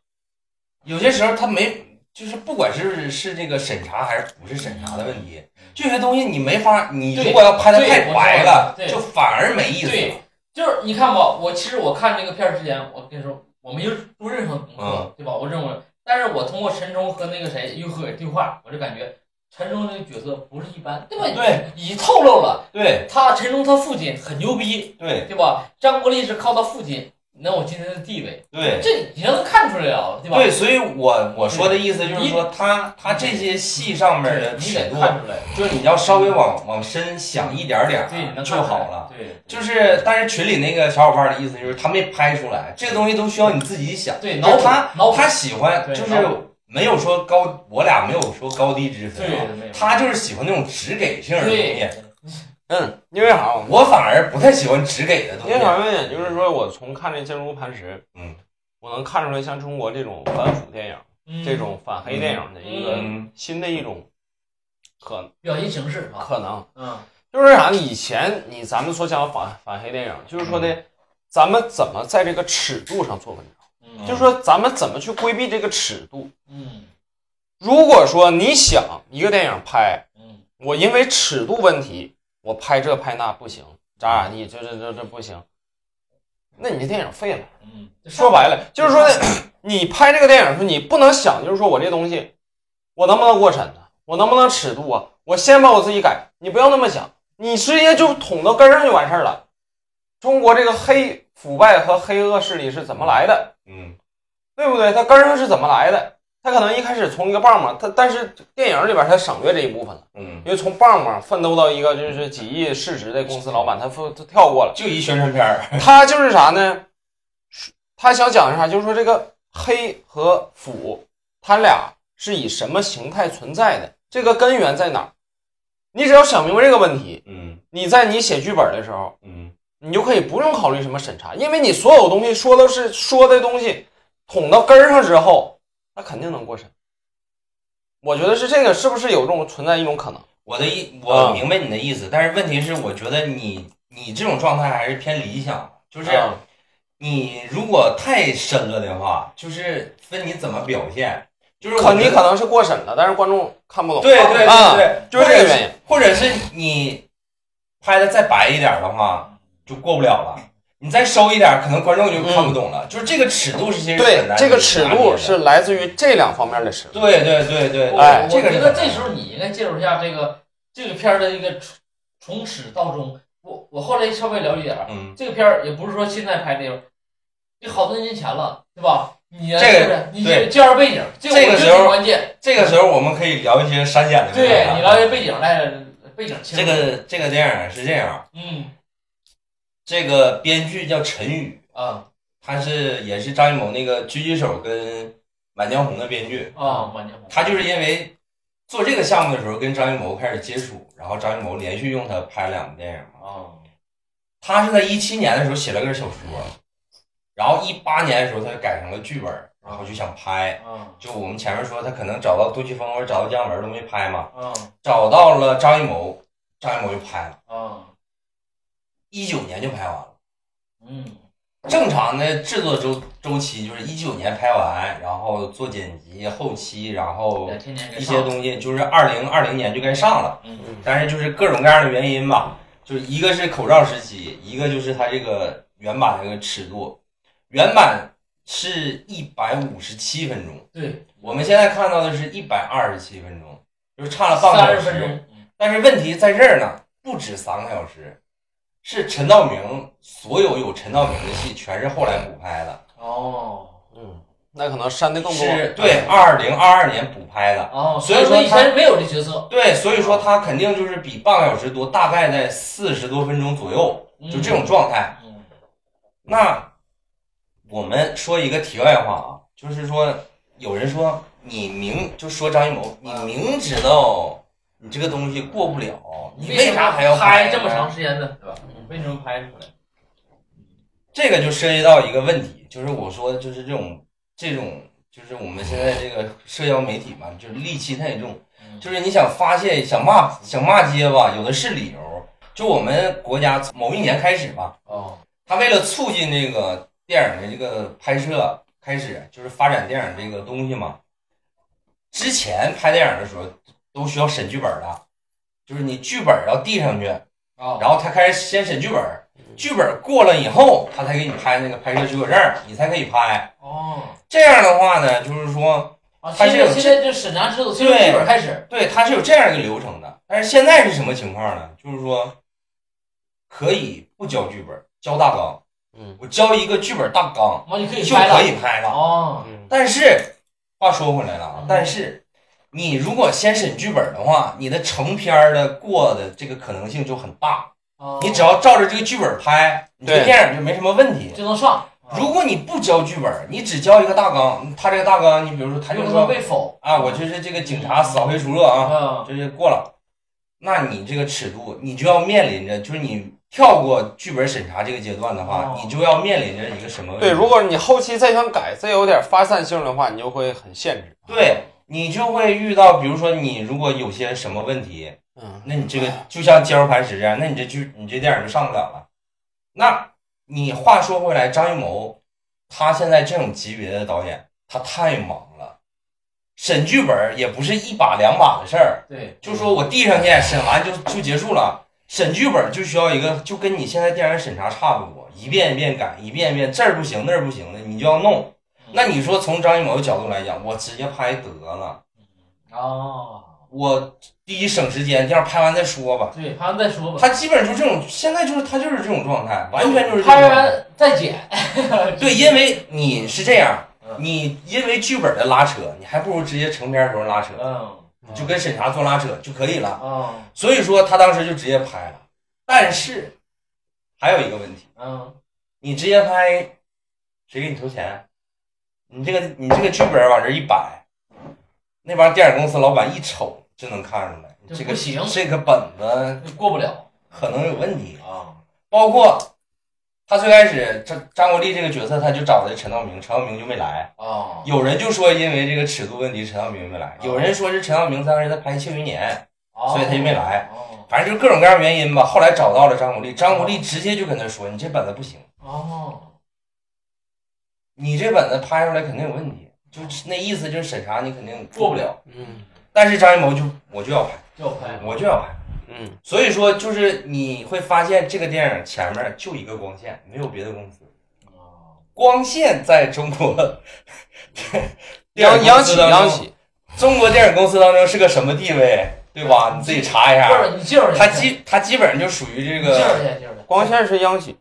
有些时候他没。就是不管是是这个审查还是不是审查的问题，就有些东西你没法，你
对
如果要拍的
对
太
我
白
知道
了，
对
就反而没意思了。
对就是你看吧，我其实我看这个片儿之前，我跟你说，我没有做任何功课
嗯，
对吧？我认为，但是我通过陈冲和那个谁于和伟对话，我就感觉陈冲这个角色不是一般，对吧？
对
已透露了，
对
他陈冲他父亲很牛逼，
对
对吧？张国立是靠他父亲能有今天的地位，
对
这你能看出来啊，对吧？
对，所以我我说的意思就是
你
说，他他这些戏上面的
你
尺
得
度，
看出来，
就是你要稍微往往深想一点点
对，你
儿
能看出
就
来
好了。。
对，
就是，但是群里那个小伙伴的意思就是，他没拍出来，这个东西都需要你自己想。就是
对脑补
他
脑补
他喜欢，
对
就是
脑补
没有说高，我俩没有说高低之分啊。
没有
他就是喜欢那种只给性的东西
对，，
嗯，因为啥？
我反而不太喜欢只给的东
因
西
为。啥呢？就是说我从看这《坚如磐石》，
嗯，
我能看出来像中国这种反腐电影、
嗯
这种反黑电影的一个
嗯
新的一种可
表现形式是吧？
可能。
嗯，
就是啥？以前你咱们所讲反反黑电影，就是说
嗯
的，咱们怎么在这个尺度上做文章，
嗯
就是说咱们怎么去规避这个尺度。
嗯
如果说你想一个电影拍，
嗯
我因为尺度问题，我拍这拍那不行，咋咋地，这这这这不行，那你这电影废了。
嗯，
说白了，就是说的，你拍这个电影的时候，你不能想，就是说我这东西，我能不能过审呢、我能不能尺度啊？我先把我自己改，你不要那么想，你直接就捅到根儿上就完事儿了。中国这个黑腐败和黑恶势力是怎么来的，
嗯
对不对？它根儿上是怎么来的？它可能一开始从一个棒棒，它但是电影里边它省略这一部分了，
嗯，
因为从棒棒奋斗到一个就是几亿市值的公司老板，他他跳过了。
就一宣传片儿。
他就是啥呢？他想讲的是啥？就是说这个黑和腐，它俩是以什么形态存在的？这个根源在哪儿？你只要想明白这个问题，
嗯
你在你写剧本的时候，
嗯
你就可以不用考虑什么审查，因为你所有东西说的是说的东西，捅到根儿上之后，那肯定能过审。我觉得是这个，是不是有这种存在一种可能？
我的意，
啊
我明白你的意思，但是问题是，我觉得你你这种状态还是偏理想，就
不
是你如果太深了的话，就是分你怎么表现。就是我
可你可能是过审了，但是观众看不懂。
对对
啊
对对，
就是这个原因。
或者是你拍的再白一点的话，就过不了了。你再收一点，可能观众就看不懂了。就是这个尺度是其实
嗯对
很，难
这个
拿
尺
捏
度
的
是来自于这两方面的尺度。
对对对对，
我
哎
我
这个
觉
是
得
很
这时候你应该介入一下这个这个片儿的一个从从始到终。我我后来稍微了解点儿，
嗯，
这个片儿也不是说现在拍的，也好多年前了，对吧？你呢
这个
是不是你
对
介绍背景，这
这个
我觉
时
得
候
挺关键。
这个时候我们可以聊一些删减的问题
对
了
你了解背景来，背景
这
清楚
个这个电影是这样，
嗯
这个编剧叫陈宇，
啊
他是也是张艺谋那个《狙击手》跟《满江红》的编剧，
啊，关键
嗯他就是因为做这个项目的时候跟张艺谋开始接触，然后张艺谋连续用他拍了两部电影嘛。
啊
他是在一七年的时候写了个小说，然后一八年的时候他就改成了剧本，然后就想拍。
啊
就我们前面说，他可能找到杜琪峰或者找到姜文都没拍嘛，
啊
找到了张艺谋，张艺谋就拍了，
啊
一九年就拍完了。
嗯
正常的制作周周期就是一九年拍完，然后做剪辑、后期，然后
两千年给
哦一
上
些东西就是二零二零年就该上了，
嗯
但是就是各种各样的原因吧，就是一个是口罩时期，一个就是它这个原版这个尺度，原版是一百五十七分钟，
对
我们现在看到的是一百二十七分钟，就是差了半个小
三十
时。
分钟嗯
但是问题在这儿呢，不止三个小时，是陈道明所有有陈道明的戏全是后来补拍的，
哦
嗯，那可能删的更多。嗯
是对二零二二年补拍的。
哦，
所以说
说以
他
前没有这角色，
对，所以
啊
说他肯定就是比半个小时多，大概在四十多分钟左右，
嗯
就这种状态。
嗯
那我们说一个题外话啊，就是说有人说你明就说张艺谋，
啊
你明知道你这个东西过不了，你为啥还要
拍
呢
这么长？时间呢？对吧？为什么拍出来？
这个就涉及到一个问题，就是我说就是这种这种就是我们现在这个社交媒体嘛，就是戾气太重，
嗯
就是你想发泄、想骂、想骂街吧，有的是理由。就我们国家某一年开始吧，
哦
他为了促进这个电影的这个拍摄，开始就是发展电影这个东西嘛。之前拍电影的时候都需要审剧本的，就是你剧本要递上去，
哦，
然后他开始先审剧本，
嗯
剧本过了以后，他才给你拍那个拍摄许可证，你才可以拍。
哦
这样的话呢，就是说，
啊，
他
现
是有
在现在就审查制度，从
对
剧本开始，
对，它是有这样一个流程的。但是现在是什么情况呢？就是说，可以不交剧本，交大纲。
嗯
我交一个剧本大纲，
哦，你可以
就
拍
可
了，
以拍了。
哦
嗯，
但是话说回来了啊
嗯，
但是你如果先审剧本的话，你的成片儿的过的这个可能性就很大。
哦
你只要照着这个剧本拍，你这
对
电影就没什么问题。
就能上，
如果你不交剧本，你只交一个大纲，他这个大纲，你比如说他
他
就
就
说
说被否
啊，我就是这个警察扫黑除恶啊，
啊，
这就过了。那你这个尺度，你就要面临着，就是你跳过剧本审查这个阶段的话
哦，
你就要面临着一个什么问题？
对，如果你后期再想改，再有点发散性的话，你就会很限制。
对你就会遇到，比如说你如果有些什么问题，
嗯，
那你这个就像《坚如磐石》这样，那你这剧你这电影就上不了了。那你话说回来，张艺谋他现在这种级别的导演，他太忙了，审剧本也不是一把两把的事儿，
对，
就说我递上去，审完就就结束了。审剧本就需要一个，就跟你现在电影审查差不多，一遍一遍改，一遍一遍这儿不行那儿不行的，你就要弄。那你说从张艺谋的角度来讲，我直接拍得了。
哦，
我第一省时间，这样拍完再说吧。
对，拍完再说吧。
他基本就是这种，现在就是他就是这种状态，完全就是这种
拍
状态。
完再剪，
对，因为你是这样
嗯，
你因为剧本的拉扯，你还不如直接成片的时候拉扯，
嗯，
就跟审查做拉扯就可以了。
嗯
所以说他当时就直接拍了。但是还有一个问题，
嗯
你直接拍，谁给你投钱？你这个你这个剧本往这一摆，那帮电影公司老板一瞅就能看出来，你
这
这
不
个
行
这个本子
过不了
可能有问题。
啊，
包括他最开始张张国立这个角色，他就找的陈道明，陈道明就没来。
哦，
有人就说因为这个尺度问题，陈道明没来；有人说是陈道明当时在拍《庆余年》，所以他就没来。
哦
反正就是各种各样原因吧。后来找到了张国立，张国立直接就跟他说：“你这本子不行，
哦，
你这本子拍出来肯定有问题。就是那意思就是审查你肯定过不了。
嗯
但是张艺谋就我就要拍，
要拍，
我就要拍。
嗯
所以说就是你会发现这个电影前面就一个光线，没有别的公司。
啊，
光线在中国电
央
影
央
公
企
司当中
央，企，
中国电影公司当中是个什么地位，对吧？你自己查一
或
下。
者你介绍一下，
它基它基本上就属于这
你介绍
个，
一下，介绍一下，
光线是央企，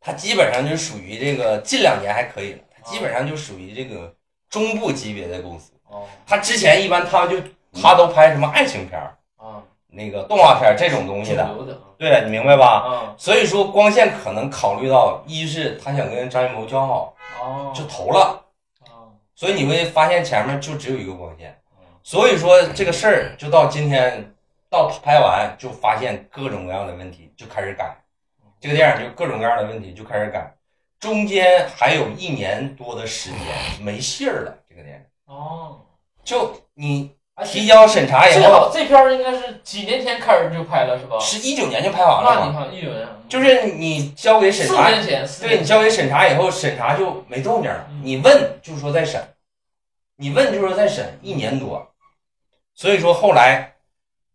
它基本上就属于这个近两年还可以了，它基本上就属于这个中部级别的公司。
哦
它之前一般他们就他都拍什么爱情片儿、
啊，
那个动画片儿这种东西
主
的，
流的
对你明白吧？
啊，
所以说光线可能考虑到，一是他想跟张艺谋交好，
哦，
就投了。
啊，
所以你会发现前面就只有一个光线，
嗯
所以说这个事儿就到今天，到拍完就发现各种各样的问题，就开始改，
嗯
这个电影就各种各样的问题就开始改，中间还有一年多的时间没信儿了，这个电影
哦，
就你
而且
提交审查以
最
后，
好这片儿应该是几年前开始就拍了是吧？
是一九年就拍完
那
了
你
嘛，
看一九年，
就是你交给审
四
查，
年前，四
对
年
你
前，
交给审查以后，审查就没动静了。
嗯
你问就说在审，你问就说在审，一年多。所以说后来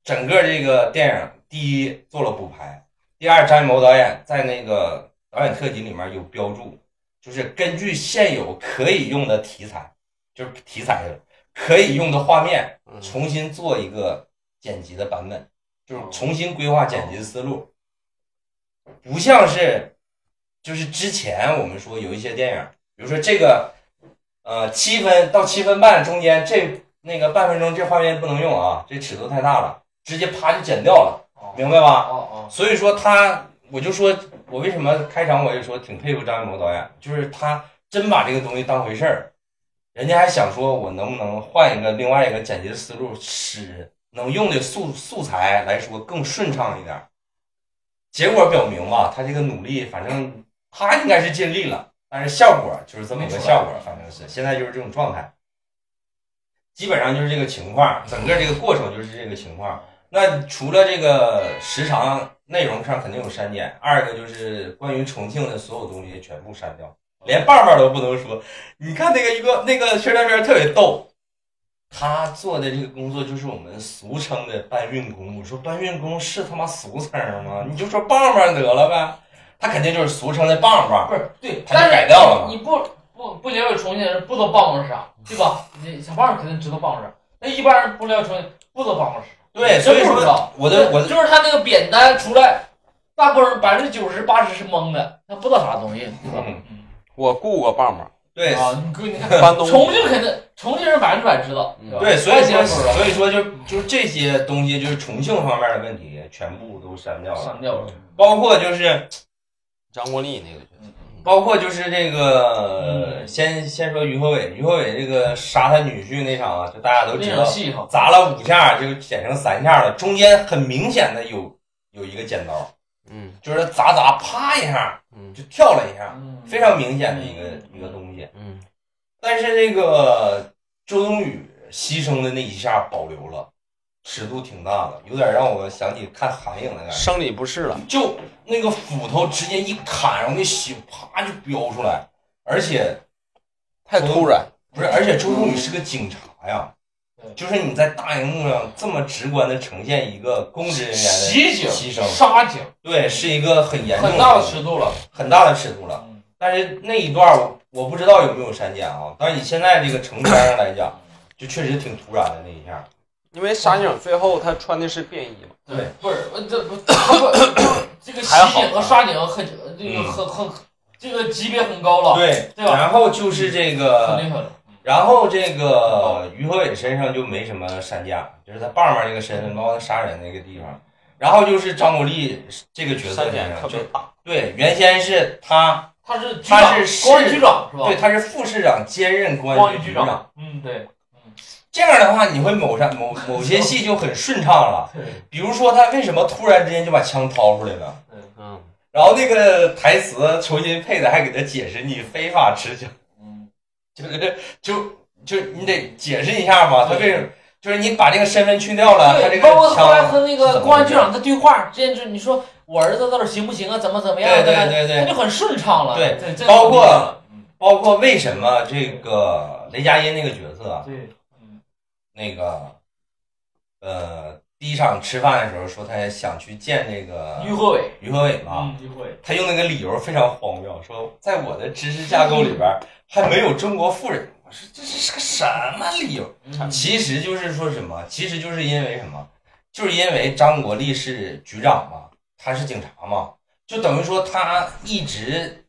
整个这个电影，第一做了补拍，第二张艺谋导演在那个导演特辑里面有标注，就是根据现有可以用的题材，就是题材就是可以用的画面，
嗯
重新做一个剪辑的版本，就是重新规划剪辑思路，不像是就是之前我们说有一些电影，比如说这个呃七分到七分半中间这那个半分钟这画面不能用啊，这尺度太大了，直接啪就剪掉了，
哦
明白吧？
哦
所以说他，我就说我为什么开场我也说挺佩服张艺谋导演，就是他真把这个东西当回事儿，人家还想说我能不能换一个另外一个剪辑思路，使能用的素素材来说更顺畅一点儿。结果表明吧，他这个努力，反正他应该是尽力了，但是效果就是这么一个效果，反正是现在就是这种状态，基本上就是这个情况，整个这个过程就是这个情况。那除了这个时长内容上肯定有删减，二个就是关于重庆的所有东西全部删掉，连半半都不能说。你看那个一个那个宣传片特别逗，他做的这个工作就是我们俗称的搬运工。我说搬运工是他妈俗称吗？你就说棒棒得了呗，他肯定就是俗称的棒
哦，
棒。
不是对，
他就
但是
改掉了嘛
你不不不了解重庆人不知道棒棒是啥，对吧？你小棒肯定知道棒棒是啥，那一般人不了解重庆不知道棒棒是啥。
对，所以
真不知道
说我的我的
就是他那个扁担出来，大部分人百分之九十八十是蒙的，他不知道啥东西。
嗯
我雇过棒棒，
对
啊，你哥你看，
搬 东西
重庆肯定重庆人百分之百知道，
嗯
对吧
对，所以
外地
说
人不知道
所以说就就是这些东西就是重庆方面的问题全部都删掉了。
删掉了。
嗯包括就是
张国立那个角色，
包括就是这个，
嗯
先先说于和伟，于和伟这个杀他女婿那场啊，就大家都
那
知
场
道，
戏哈，
砸了五下就剪成三下了，中间很明显的有有一个剪刀，
嗯
就是砸砸啪一下
嗯
就跳了一下，
嗯
非常明显的一个一个东西。
嗯
但是这个周冬雨牺牲的那一下保留了，尺度挺大的，有点让我想起看韩影的感觉。
生理不适了，
就那个斧头直接一砍，然后那血啪就飙出来，而且
太突然，
不是，而且周冬雨是个警察呀
对，
就是你在大荧幕上这么直观的呈现一个公职人员的，
袭警、
牺牲
杀警，
对，是一个很严重
很大的尺度了。
很大的尺度了。
嗯
但是那一段我我不知道有没有删减啊，但是你现在这个成片上来讲，就确实挺突然的那一下。
因为沙井最后他穿的是便衣嘛，
对，
不是我这不不这个袭警和杀警很这个
嗯
很很这个级别很高了，
对，
哦对吧啊
然后就是这
很
个
厉害了。
然后这个于和伟身上就没什么删减，就是他棒棒这个身份，包括他杀人那个地方。然后就是张国立这个角色
三
身
点特
上，就
别大，
对，原先是他，
他是局
他
长，
是
公安局长是吧？
对，，他是副市长兼任公
公
安
安
局
局
局
长
长。。
嗯，对，
这样的话，你会某上 某某些戏就很顺畅了。
对，
比如说他为什么突然之间就把枪掏出来了，
嗯，
然后那个台词重新配的还给他解释你非法持枪。
嗯，
就是就就你得解释一下嘛，他为什么就是你把这个身份去掉了，啊他这
对，
个
包括后来
枪，
和那个公安局长的对话，之前就是你说我儿子到底行不行啊，怎么怎么样，
对对
吧
对
他
对，
就很顺畅了。
对
对，这个
包括
很厉害了嗯
包括为什么这个雷佳音那个角色啊，
对，
那个呃，第一场吃饭的时候说他想去见这个
于和伟，
于和伟嘛，
嗯，于和伟，
他用那个理由非常荒谬，说在我的知识架构里边儿还没有中国富人。我说这是个什么理由？
嗯
其实就是说什么？其实就是因为什么？就是因为张国立是局长嘛，他是警察嘛，就等于说他一直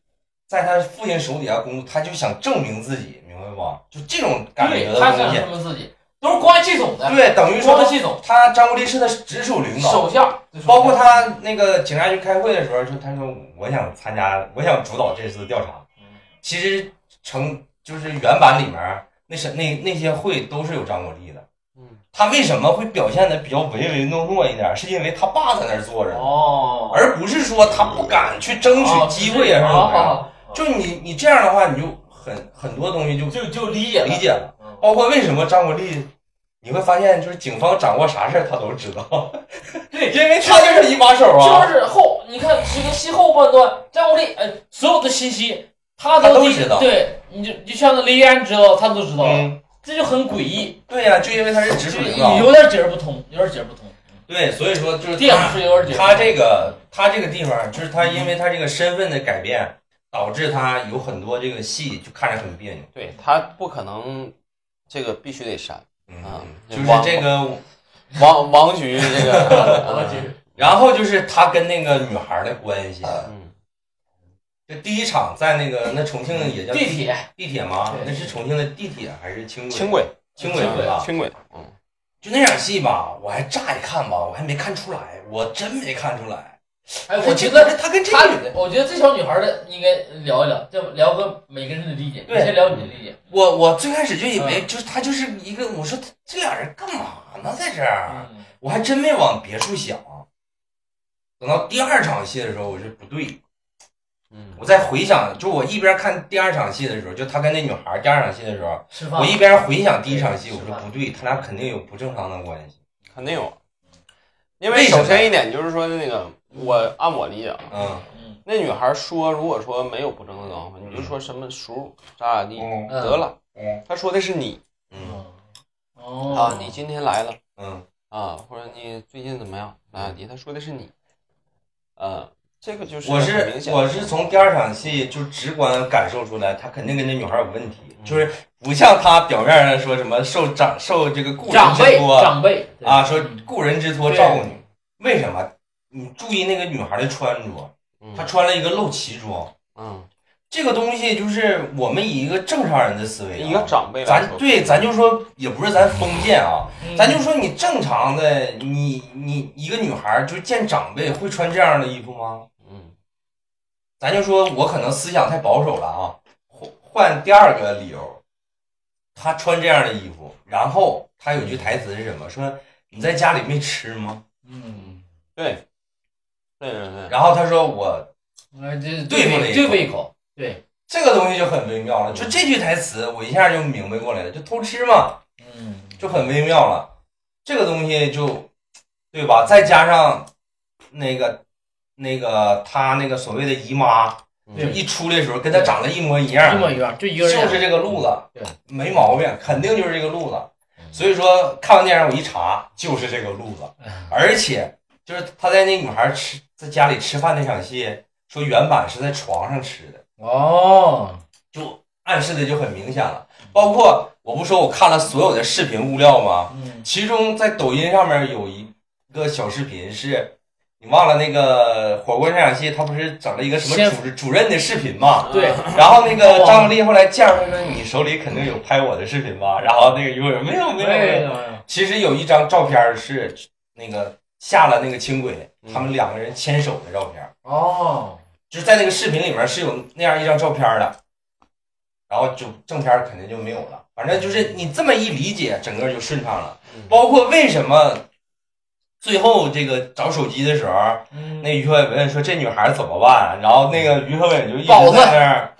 在他父亲手底下工作，他就想证明自己，明白吧？就这种感觉
对
的
他
东
想
西
他。们自己都是公安系统的，
对，等于
公安
说
系统
他张国立是他直属领导，
手下，
包括他那个警察局开会的时候，就他说我想参加，我想主导这次调查。
嗯
其实成就是原版里面儿那是那那些会都是有张国立的。
嗯，
他为什么会表现的比较唯唯诺诺一点儿？是因为他爸在那儿坐着呢，
哦，
而不是说他不敢去争
哦
取机会啊什么的。
哦，
就你你这样的话，你就很很多东西就
就就理解了
理。解了
嗯。
包括为什么张国立，你会发现就是警方掌握啥事儿他都知道，
对
因为他就是一把手啊，
就是后，你看这个戏后半段，张国立，呃，所有的信息他
他
都
都知道
对，你就就像雷安知道，他都知道，
嗯，
这就很诡异，
对呀、就因为他是直属
就是
领导，
有点解释不通，有点解释不通。
对，所以说就是
电
他
影是有点解释不通。
他这个他这个地方，就是他因为他这个身份的改变，导致他有很多这个戏就看着很别扭，
对他不可能，这个必须得删。
嗯
啊，
就是
王
这个，
王王局这 个，
然后就是他跟那个女孩的关系，
啊
嗯，
就第一场在那个那重庆也叫
地铁，
地铁吗？
对
那是重庆的地铁还是轻轨？
轻轨，
轻轨
轻
对吧？
轨，轻轨，嗯，
就那场戏吧，我还乍一看吧，我还没看出来，我真没看出来。
哎，
我
我觉
觉
得
得他跟这
他
个女的，，
我觉得这小女孩的应该聊一聊，就聊个每个人的理解。你
对
先聊你的理解。
我我最开始就以为就是他就是一个，我说他这俩人干嘛呢在这儿？
嗯，
我还真没往别处想。等到第二场戏的时候，我就不对，
嗯，
我再回想，就我一边看第二场戏的时候，就他跟那女孩儿第二场戏的时候，
吃
嗯
饭
我。一边回想第一场戏，
是
我
吧
说不对，他俩肯定有不正常的关系。
肯定有。因
为
为
什么
首先一点就是说，那个我按我理解啊，
嗯
嗯
那女孩说，如果说没有不正当的话，你就说什么叔咋咋地
嗯
得了。
嗯
她说的是你
嗯
哦
啊，你今天来了
嗯
啊，或者你最近怎么样咋咋地，她说的是你，呃，这个就是
我
很
是
明显
我是从第二场戏就直观感受出来，他肯定跟那女孩有问题，就是不像他表面上说什么受长受这个故人
长
之
辈
托
长辈对
啊，说故人之托
对
照顾你，为什么？你注意那个女孩的穿着，
嗯
她穿了一个露脐装，
嗯，
这个东西就是我们以一个正常人的思维、啊，
一个长辈来
咱
说，
对，咱就说也不是咱封建啊，
嗯
咱就说你正常的，你你一个女孩儿就见长辈会穿这样的衣服吗？
嗯，
咱就说我可能思想太保守了啊，换换第二个理由，她穿这样的衣服，然后她有句台词是什么？说你在家里没吃吗？
嗯，
对，对对对，
然后她说我
哎这
对付了一口
对付一口，
这个东西就很微妙了，就这句台词我一下就明白过来了，就偷吃嘛。
嗯，
就很微妙了。这个东西就，对吧？再加上那个那个他那个所谓的姨妈，就
嗯
一出来的时候跟他长得一模一样
一，模一样，就一
就
个人
是这个路子
对，嗯
没毛病，肯定就是这个路子。所以说看完电影我一查，就是这个路子，
嗯
而且就是他在那女孩吃在家里吃饭那场戏，说原版是在床上吃的。
哦，
就暗示的就很明显了。包括我不说我看了所有的视频物料吗？
嗯
其中在抖音上面有一个小视频是，你忘了那个火锅那场戏，他不是整了一个什么
先
主主任的视频嘛？
对，
然后那个张国立后来见着他说：“你手里肯定有拍我的视频吧？” 然 后那个于果仁没有没有
哎
没有。其实有一张照片是那个下了那个轻轨，
嗯
他们两个人牵手的照片。
哦，
就是在那个视频里面是有那样一张照片的，然后就正片肯定就没有了。反正就是你这么一理解，整个就顺畅了
嗯。
包括为什么最后这个找手机的时候，
嗯
那于和伟问说这女孩怎么办，然后那个于和伟就一直
宝子
在那儿，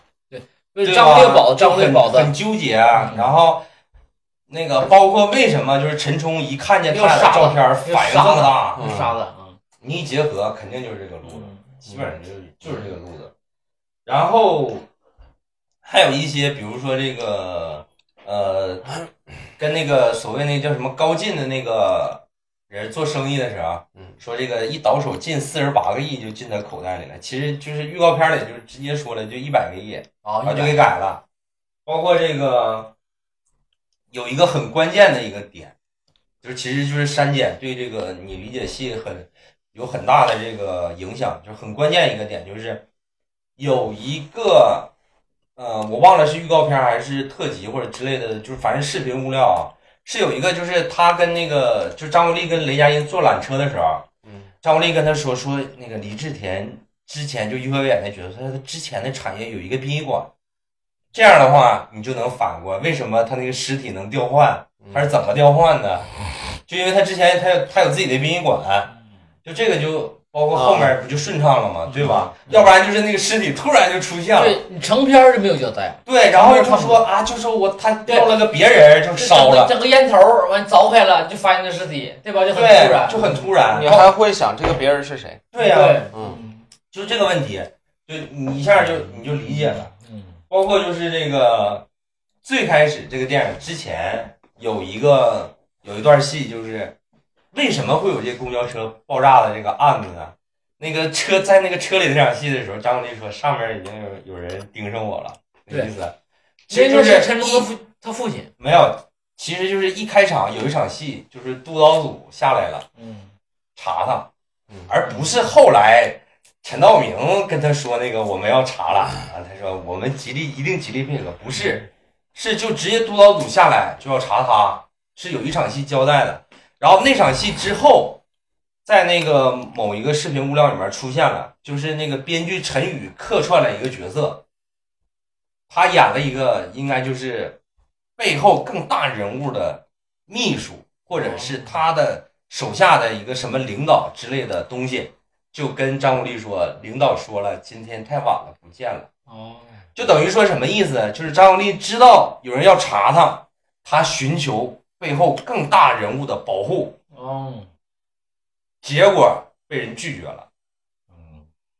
为
对吧
张略宝，
就
张略
很
宝的嗯
很纠结。啊然后那个包括为什么就是陈冲一看见他俩的照片反应这么大，
嗯
杀的，嗯
你一结合肯定就是这个路子。
嗯
基本上就是就是这个路子。然后还有一些，比如说这个呃， 跟那个所谓那叫什么高进的那个人做生意的时候，啊
嗯
说这个一倒手进四十八个亿就进他口袋里了，其实就是预告片里就是直接说了，就哦一百个亿，
啊
哦
然后就给改了。包括这个有一个很关键的一个点，就是其实就是删减对这个你理解戏很有很大的这个影响，就是很关键一个点，就是有一个呃，我忘了是预告片还是特辑或者之类的，就是反正视频物料啊，是有一个就是他跟那个就张国立跟雷佳音坐缆车的时候，
嗯，
张国立跟他说说那个李治田之前就于和伟演那角色，他之前的产业有一个殡仪馆。这样的话，你就能反过为什么他那个尸体能调换，
嗯
他是怎么调换的？就因为他之前他有他有自己的殡仪馆，
嗯
就这个就包括后面不就顺畅了吗？对吧？要不然就是那个尸体突然就出现了，
对你成片儿就没有交代，
对，然后就说啊，就说我他掉了个别人就烧了，
整个烟头儿完凿开了，就发现这尸体，对吧？就很突然
对，，就很突然
你。还会想这个别人是谁？
对呀、
嗯，
就这个问题，就你一下就你就理解了。
嗯，
包括就是这个最开始这个电影之前有一个有一段戏，就是为什么会有这公交车爆炸的这个案子呢？那个车在那个车里那场戏的时候，张国立说上面已经有有人盯上我了，那意思。其实就
这就是是陈忠
一
的父他父亲，
没有，其实就是一开场有一场戏，就是督导组下来了
嗯，
查他
嗯，
而不是后来陈道明跟他说那个我们要查了啊，他说我们极力一定极力配合，不是。是就直接督导组下来就要查他，是有一场戏交代的。然后那场戏之后，在那个某一个视频物料里面出现了，就是那个编剧陈宇客串了一个角色，他演了一个应该就是背后更大人物的秘书，或者是他的手下的一个什么领导之类的东西，就跟张国立说，领导说了，今天太晚了，不见了。
哦，
就等于说什么意思呢？就是张国立知道有人要查他，他寻求背后更大人物的保护，
哦，
结果被人拒绝了。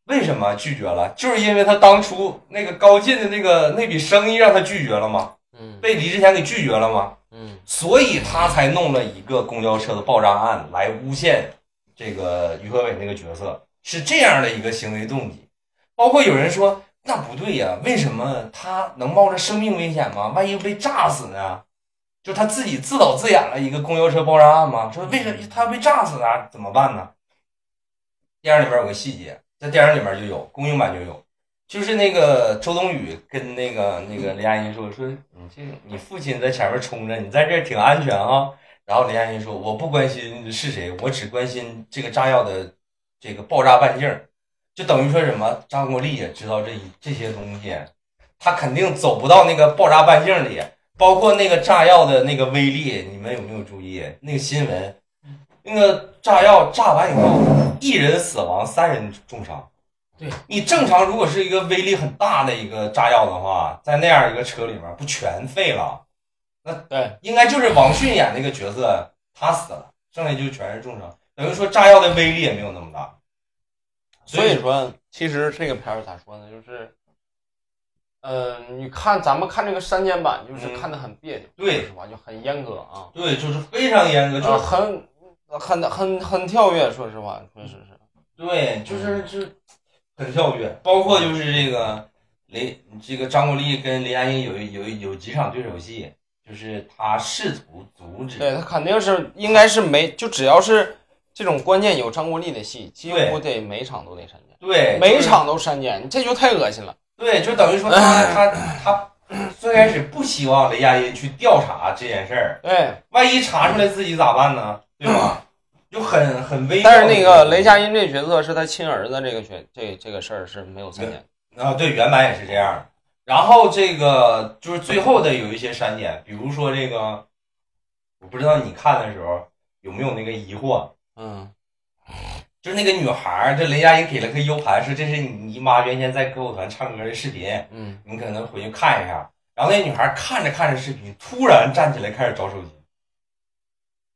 为什么拒绝了？就是因为他当初那个高进的那个那笔生意让他拒绝了嘛，
嗯
被李志祥给拒绝了嘛，
嗯
所以他才弄了一个公交车的爆炸案来诬陷这个于和伟那个角色，是这样的一个行为动机。包括有人说，那不对呀、为什么他能冒着生命危险吗？万一被炸死呢？就他自己自导自演了一个公交车爆炸案吗？说为什么他被炸死了怎么办呢？电影里面有个细节，在电影里面就有，公映版就有，就是那个周冬雨跟那个那个雷佳音说说，嗯你这个你父亲在前面冲着，你在这儿挺安全啊。然后雷佳音说，我不关心是谁，我只关心这个炸药的这个爆炸半径儿，就等于说什么？张国立也知道这一这些东西，他肯定走不到那个爆炸半径里，包括那个炸药的那个威力，你们有没有注意那个新闻？那个炸药炸完以后，一人死亡，三人重伤。
对
你正常，如果是一个威力很大的一个炸药的话，在那样一个车里面不全废了？那
对，
应该就是王迅演那个角色，他死了，剩下就全是重伤，等于说炸药的威力也没有那么大。
所以说，其实这个片儿咋说呢，就是，呃，你看咱们看这个删减版，就
嗯
是看的很别扭，
对
是吧？就很阉割啊，
对，就是非常严格，就、
就是很很很很跳跃，说实话，确实是。
对，就是就是很跳跃，包括就是这个雷，这个张国立跟雷佳音有一有一有几场对手戏，就是他试图阻止，
对他肯定是应该是没，就只要是这种关键有张国立的戏，几乎得每场都得删减，
对，
每
就是
场哎都删减，这就太恶心了。
对，就等于说他他他最开始不希望雷佳音去调查这件事儿，
对，
万一查出来自己咋办呢？对 吧？就很很危
但是那个雷佳
音
音这角色是他亲儿子，这个角这这个事儿是没有删减的。
啊，对，原版也是这样。然后这个就是最后的有一些删减，比如说这个，我不知道你看的时候有没有那个疑惑，
嗯，
就是那个女孩儿，这雷佳音给了个 U 盘，说这是你姨妈原先在歌舞团唱歌的视频，
嗯，
你可能回去看一下。然后那女孩看着看着视频，突然站起来开始找手机，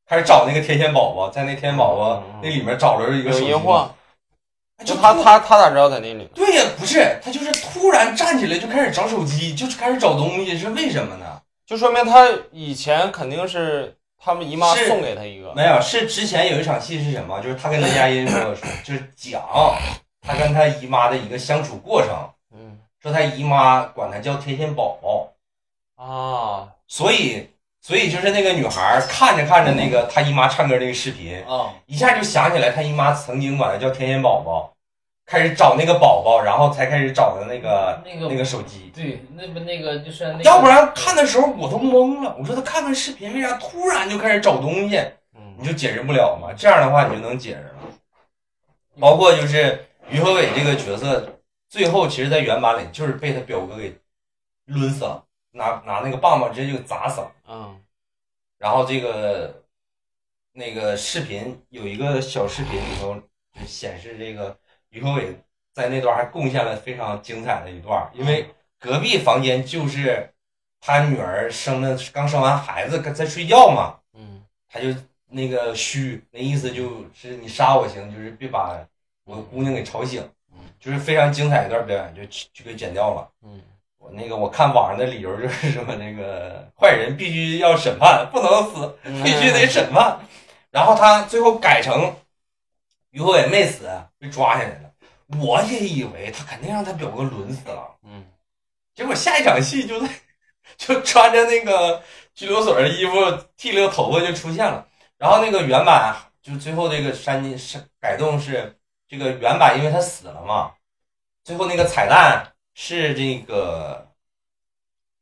开始找那个天线宝宝，在那天线宝宝
嗯嗯嗯
那里面找着一个
有
手机
疑惑，
哎
就
就
他
突
他他咋知道在那里？
对呀，不是他就是突然站起来就开始找手机，就是开始找东西，是为什么呢？
就说明他以前肯定是他们姨妈
是
送给他一个，
没有，是之前有一场戏是什么？就是他跟雷佳音说，就是讲他跟他姨妈的一个相处过程，
嗯
说他姨妈管他叫天线宝宝，
啊，
所以所以就是那个女孩儿看着看着那个他姨妈唱歌那个视频，
啊，
一下就想起来他姨妈曾经管他叫天线宝宝，开始找那个宝宝，然后才开始找的那个
那个
那个手机。
对，那不那个就是那个，
要不然看的时候我都懵了，我说他看看视频，为啥突然就开始找东西？你
嗯
就解释不了嘛。这样的话，你就能解释了。包括就是于和伟这个角色，最后其实，在原版里就是被他表哥给抡死了，拿拿那个棒棒直接就砸死了。
嗯
然后这个那个视频有一个小视频里头就显示这个于和伟在那段还贡献了非常精彩的一段，因为隔壁房间就是他女儿生的刚生完孩子在睡觉嘛，
嗯
他就那个虚，那意思就是你杀我行，就是别把我姑娘给吵醒
嗯，
就是非常精彩一段表演，就就给剪掉了。
嗯，
我那个我看网上的理由就是什么，那个坏人必须要审判，不能死，
嗯
必须得审判。然后他最后改成于和伟没死，被抓下来了。我也以为他肯定让他表哥抡死了，
嗯
结果下一场戏就在就穿着那个拘留所的衣服，剃了个头发就出现了。然后那个原版就最后这个删减删改动是这个原版，因为他死了嘛，最后那个彩蛋是这个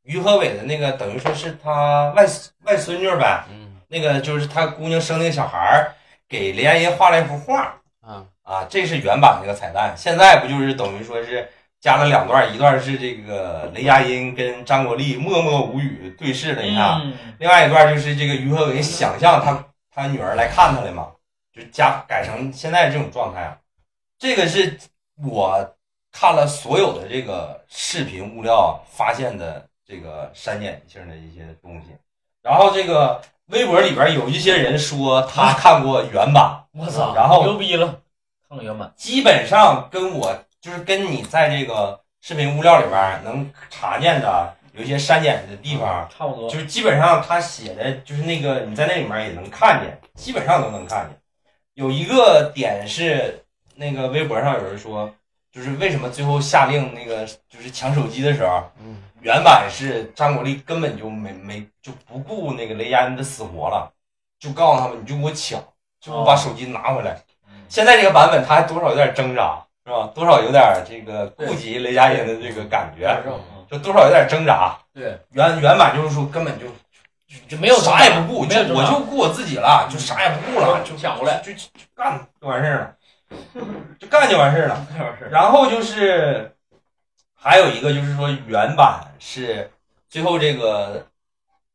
于和伟的那个，等于说是他外外孙女呗，
嗯
那个就是他姑娘生那个小孩儿给雷佳音画了一幅画，
啊
啊，这是原版那个彩蛋，现在不就是等于说是加了两段，一段是这个雷佳音跟张国立默默无语对视了一下，
嗯，
另外一段就是这个于和伟想象他他女儿来看他了嘛，就加改成现在这种状态啊，这个是我看了所有的这个视频物料发现的这个删减性的一些东西，然后这个微博里边有一些人说他看过原版。
我操，
然后
嗯牛逼了，看了原版，
基本上跟我就是跟你在这个视频物料里边儿能查见的有一些删减的地方，
差不多，
就是基本上他写的就是那个你在那里面也能看见，基本上都能看见。有一个点是那个微博上有人说，就是为什么最后下令那个就是抢手机的时候，
嗯
原版是张国立根本就没没就不顾那个雷佳音的死活了，就告诉他们你就给我抢，就给我把手机拿回来。现在这个版本他还多少有点挣扎，是吧？多少有点这个顾及雷佳音的这个感觉，
嗯
就多少有点挣扎。啊
对，
原原版就是说根本就
嗯就没有
啥也不顾，
没
就
有挣
我
扎嗯
就顾我自己了，就啥也不顾了，就
抢过来
就就就干就完事儿了，就干就完事儿了。然后就是还有一个就是说原版是最后这个。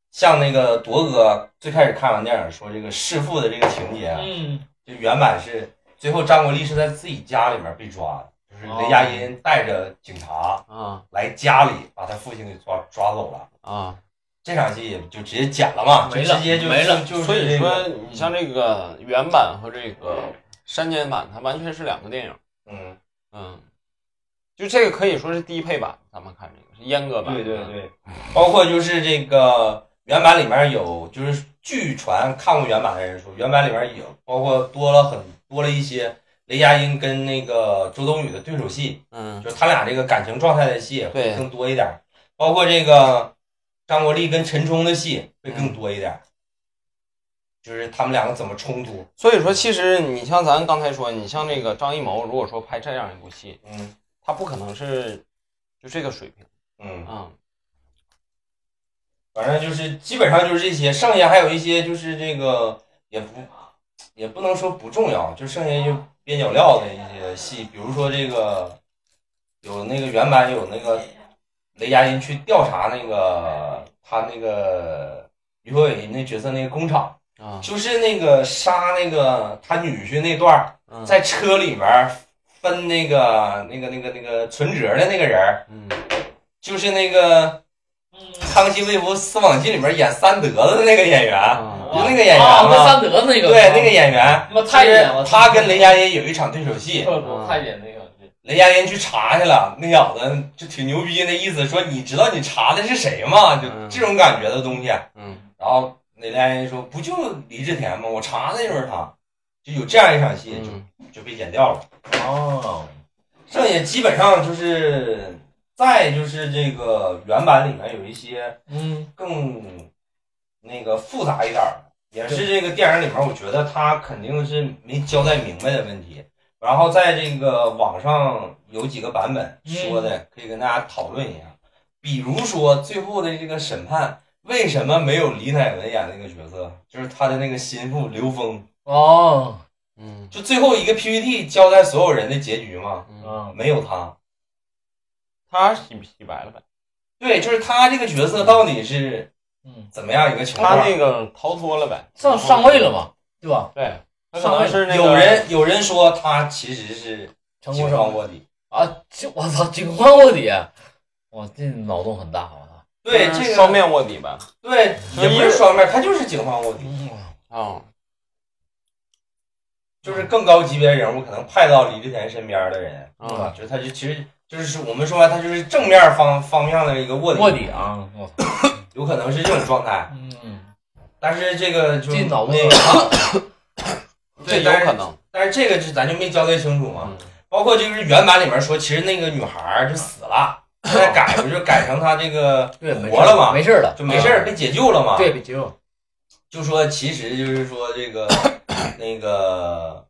像那个铎哥最开始看完电影说这个弑父的这个情节啊，
嗯，
就原版是最后张国立是在自己家里面被抓的，就是
哦
雷佳音带着警察
啊
来家里把他父亲给抓抓走了。
啊，
这场戏也就直接剪了嘛，就
没了
直接就
没了
就
所
是
以
这
说
个，
你像这个原版和这个删减版，它完全是两个电影。
嗯，
嗯，就这个可以说是低配版，咱们看这个是阉割版。
对对对，包括就是这个原版里面有，就是据传看过原版的人说，原版里面有包括多了很多了一些雷佳音跟那个周冬雨的对手戏，
嗯，
就是他俩这个感情状态的戏也会
对
更多一点儿，包括这个张国立跟陈冲的戏会
嗯
更多一点儿，就是他们两个怎么冲突，
所以说其实你像咱刚才说，你像这个张艺谋，如果说拍这样一部戏，
嗯
他不可能是就这个水平
嗯，
啊、
反正就是基本上就是这些，剩下还有一些就是这个也不也不能说不重要，就剩下就边角料的一些戏，比如说这个有那个原版有那个雷佳音去调查那个他那个于和伟那角色那个工厂。
啊，
就是那个杀那个他女婿那段儿，
嗯
在车里面儿分那个那个那个那个存折的那个人儿，
嗯
就是那个
嗯
《康熙微服私访记》里面演三德的那个演员，
啊
就那个演员
啊，跟
嘛，
三德那个，
对那个演员，
我太监，
他跟雷佳音有一场对手戏，
我太监那个，
雷佳音去查去了，那小子就挺牛逼，那意思说你知道你查的是谁吗？就
嗯
这种感觉的东西。
嗯
然后雷佳音说不就李志田吗？我查的就是他，就有这样一场戏就
嗯
就被剪掉了。
哦，
剩下基本上就是再就是这个原版里面有一些
嗯，
更那个复杂一点儿，也是这个电影里面，我觉得他肯定是没交代明白的问题。然后在这个网上有几个版本说
嗯
的，可以跟大家讨论一下。比如说最后的这个审判，为什么没有李乃文演那个角色？就是他的那个心腹刘峰，
哦，
嗯
就最后一个 PPT 交代所有人的结局嘛，
嗯，
嗯，
没有他。
他洗洗白了呗。
对，就是他这个角色到底是
嗯
怎么样一个情
他
况？
那个逃脱了呗，
上上位了嘛，对吧？
对，他可
上位
能是那个
有人有人说他其实是
成功
警
上
方
位
卧底，
啊！这 我操，警官卧底，我这脑洞很大，啊我操！
对
就是
这
啊双
个
面卧底吧。
对也不是双面，他就是警方卧
嗯
底，
啊，
就是更高级别人物可能派到李志田身边的人
嗯
啊，就是他就其实就是我们说白，他就是正面方方向的一个卧底，
卧底啊，我操！
有可能是这种状态，
嗯，
但是这个就
这脑洞
那
很
个，
大，
对
这有
但是
可能。
但是这个就咱就没交代清楚嘛，
嗯
包括就是原版里面说，其实那个女孩儿就死了，现在改不就改成她这个
对，没事
活了嘛
没事了，
就没事儿被解救了嘛？
对，，被接受。
就说其实就是说这个那个，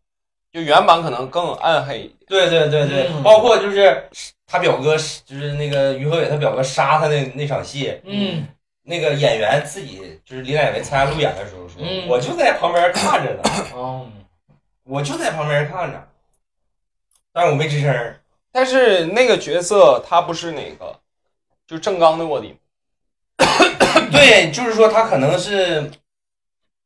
就原版可能更暗黑一点。
对对对对，
嗯
包括就是他表哥，就是那个于和伟他表哥杀他那那场戏，
嗯，
那个演员自己就是李乃文参加路演的时候说，
嗯
我就在旁边看着呢，
嗯
哦，
我就在旁边看着，但是我没吱声 儿。
但是那个角色他不是哪个，就正刚的卧底，
对，就是说他可能是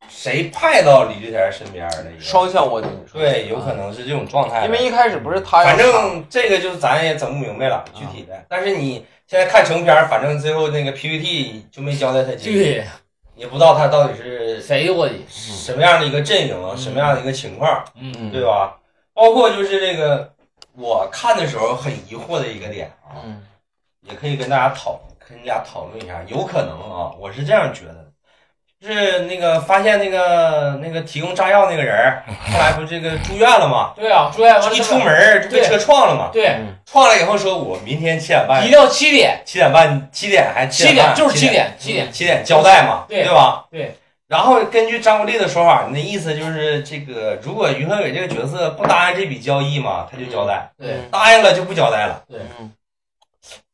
谁派到李志田身边儿的一个
双向卧底。你说
对，有可能是这种状态。
因为一开始不是他要
反
杀啊
正这个就咱也整不明白了，具体的。但是你现在看成片儿，反正最后那个 PPT 就没交代他结局，
对，
也不知道他到底是
谁卧底？
什么样的一个阵营，
嗯
什么样的一个情况，
嗯，
嗯
对吧？包括就是这个，我看的时候很疑惑的一个点啊，
嗯
也可以跟大家讨跟大家讨论一下，有可能啊，我是这样觉得的，就是那个发现那个那个提供炸药那个人 儿，后来不这个住院了吗？
对啊，朱亚文
一出，门儿就被车撞了嘛，
对，
嗯
撞了以后说我明天七点半
一定要七点，
七点半七点还
七
点半
点就是
哎七
七，点，七点。
七点交代嘛，
对
吧？
对。
然后根据张国立的说法，那意思就是这个，如果于和伟这个角色不答应这笔交易嘛，他就交
嗯
代；
对，
答应了就不交代了。
嗯，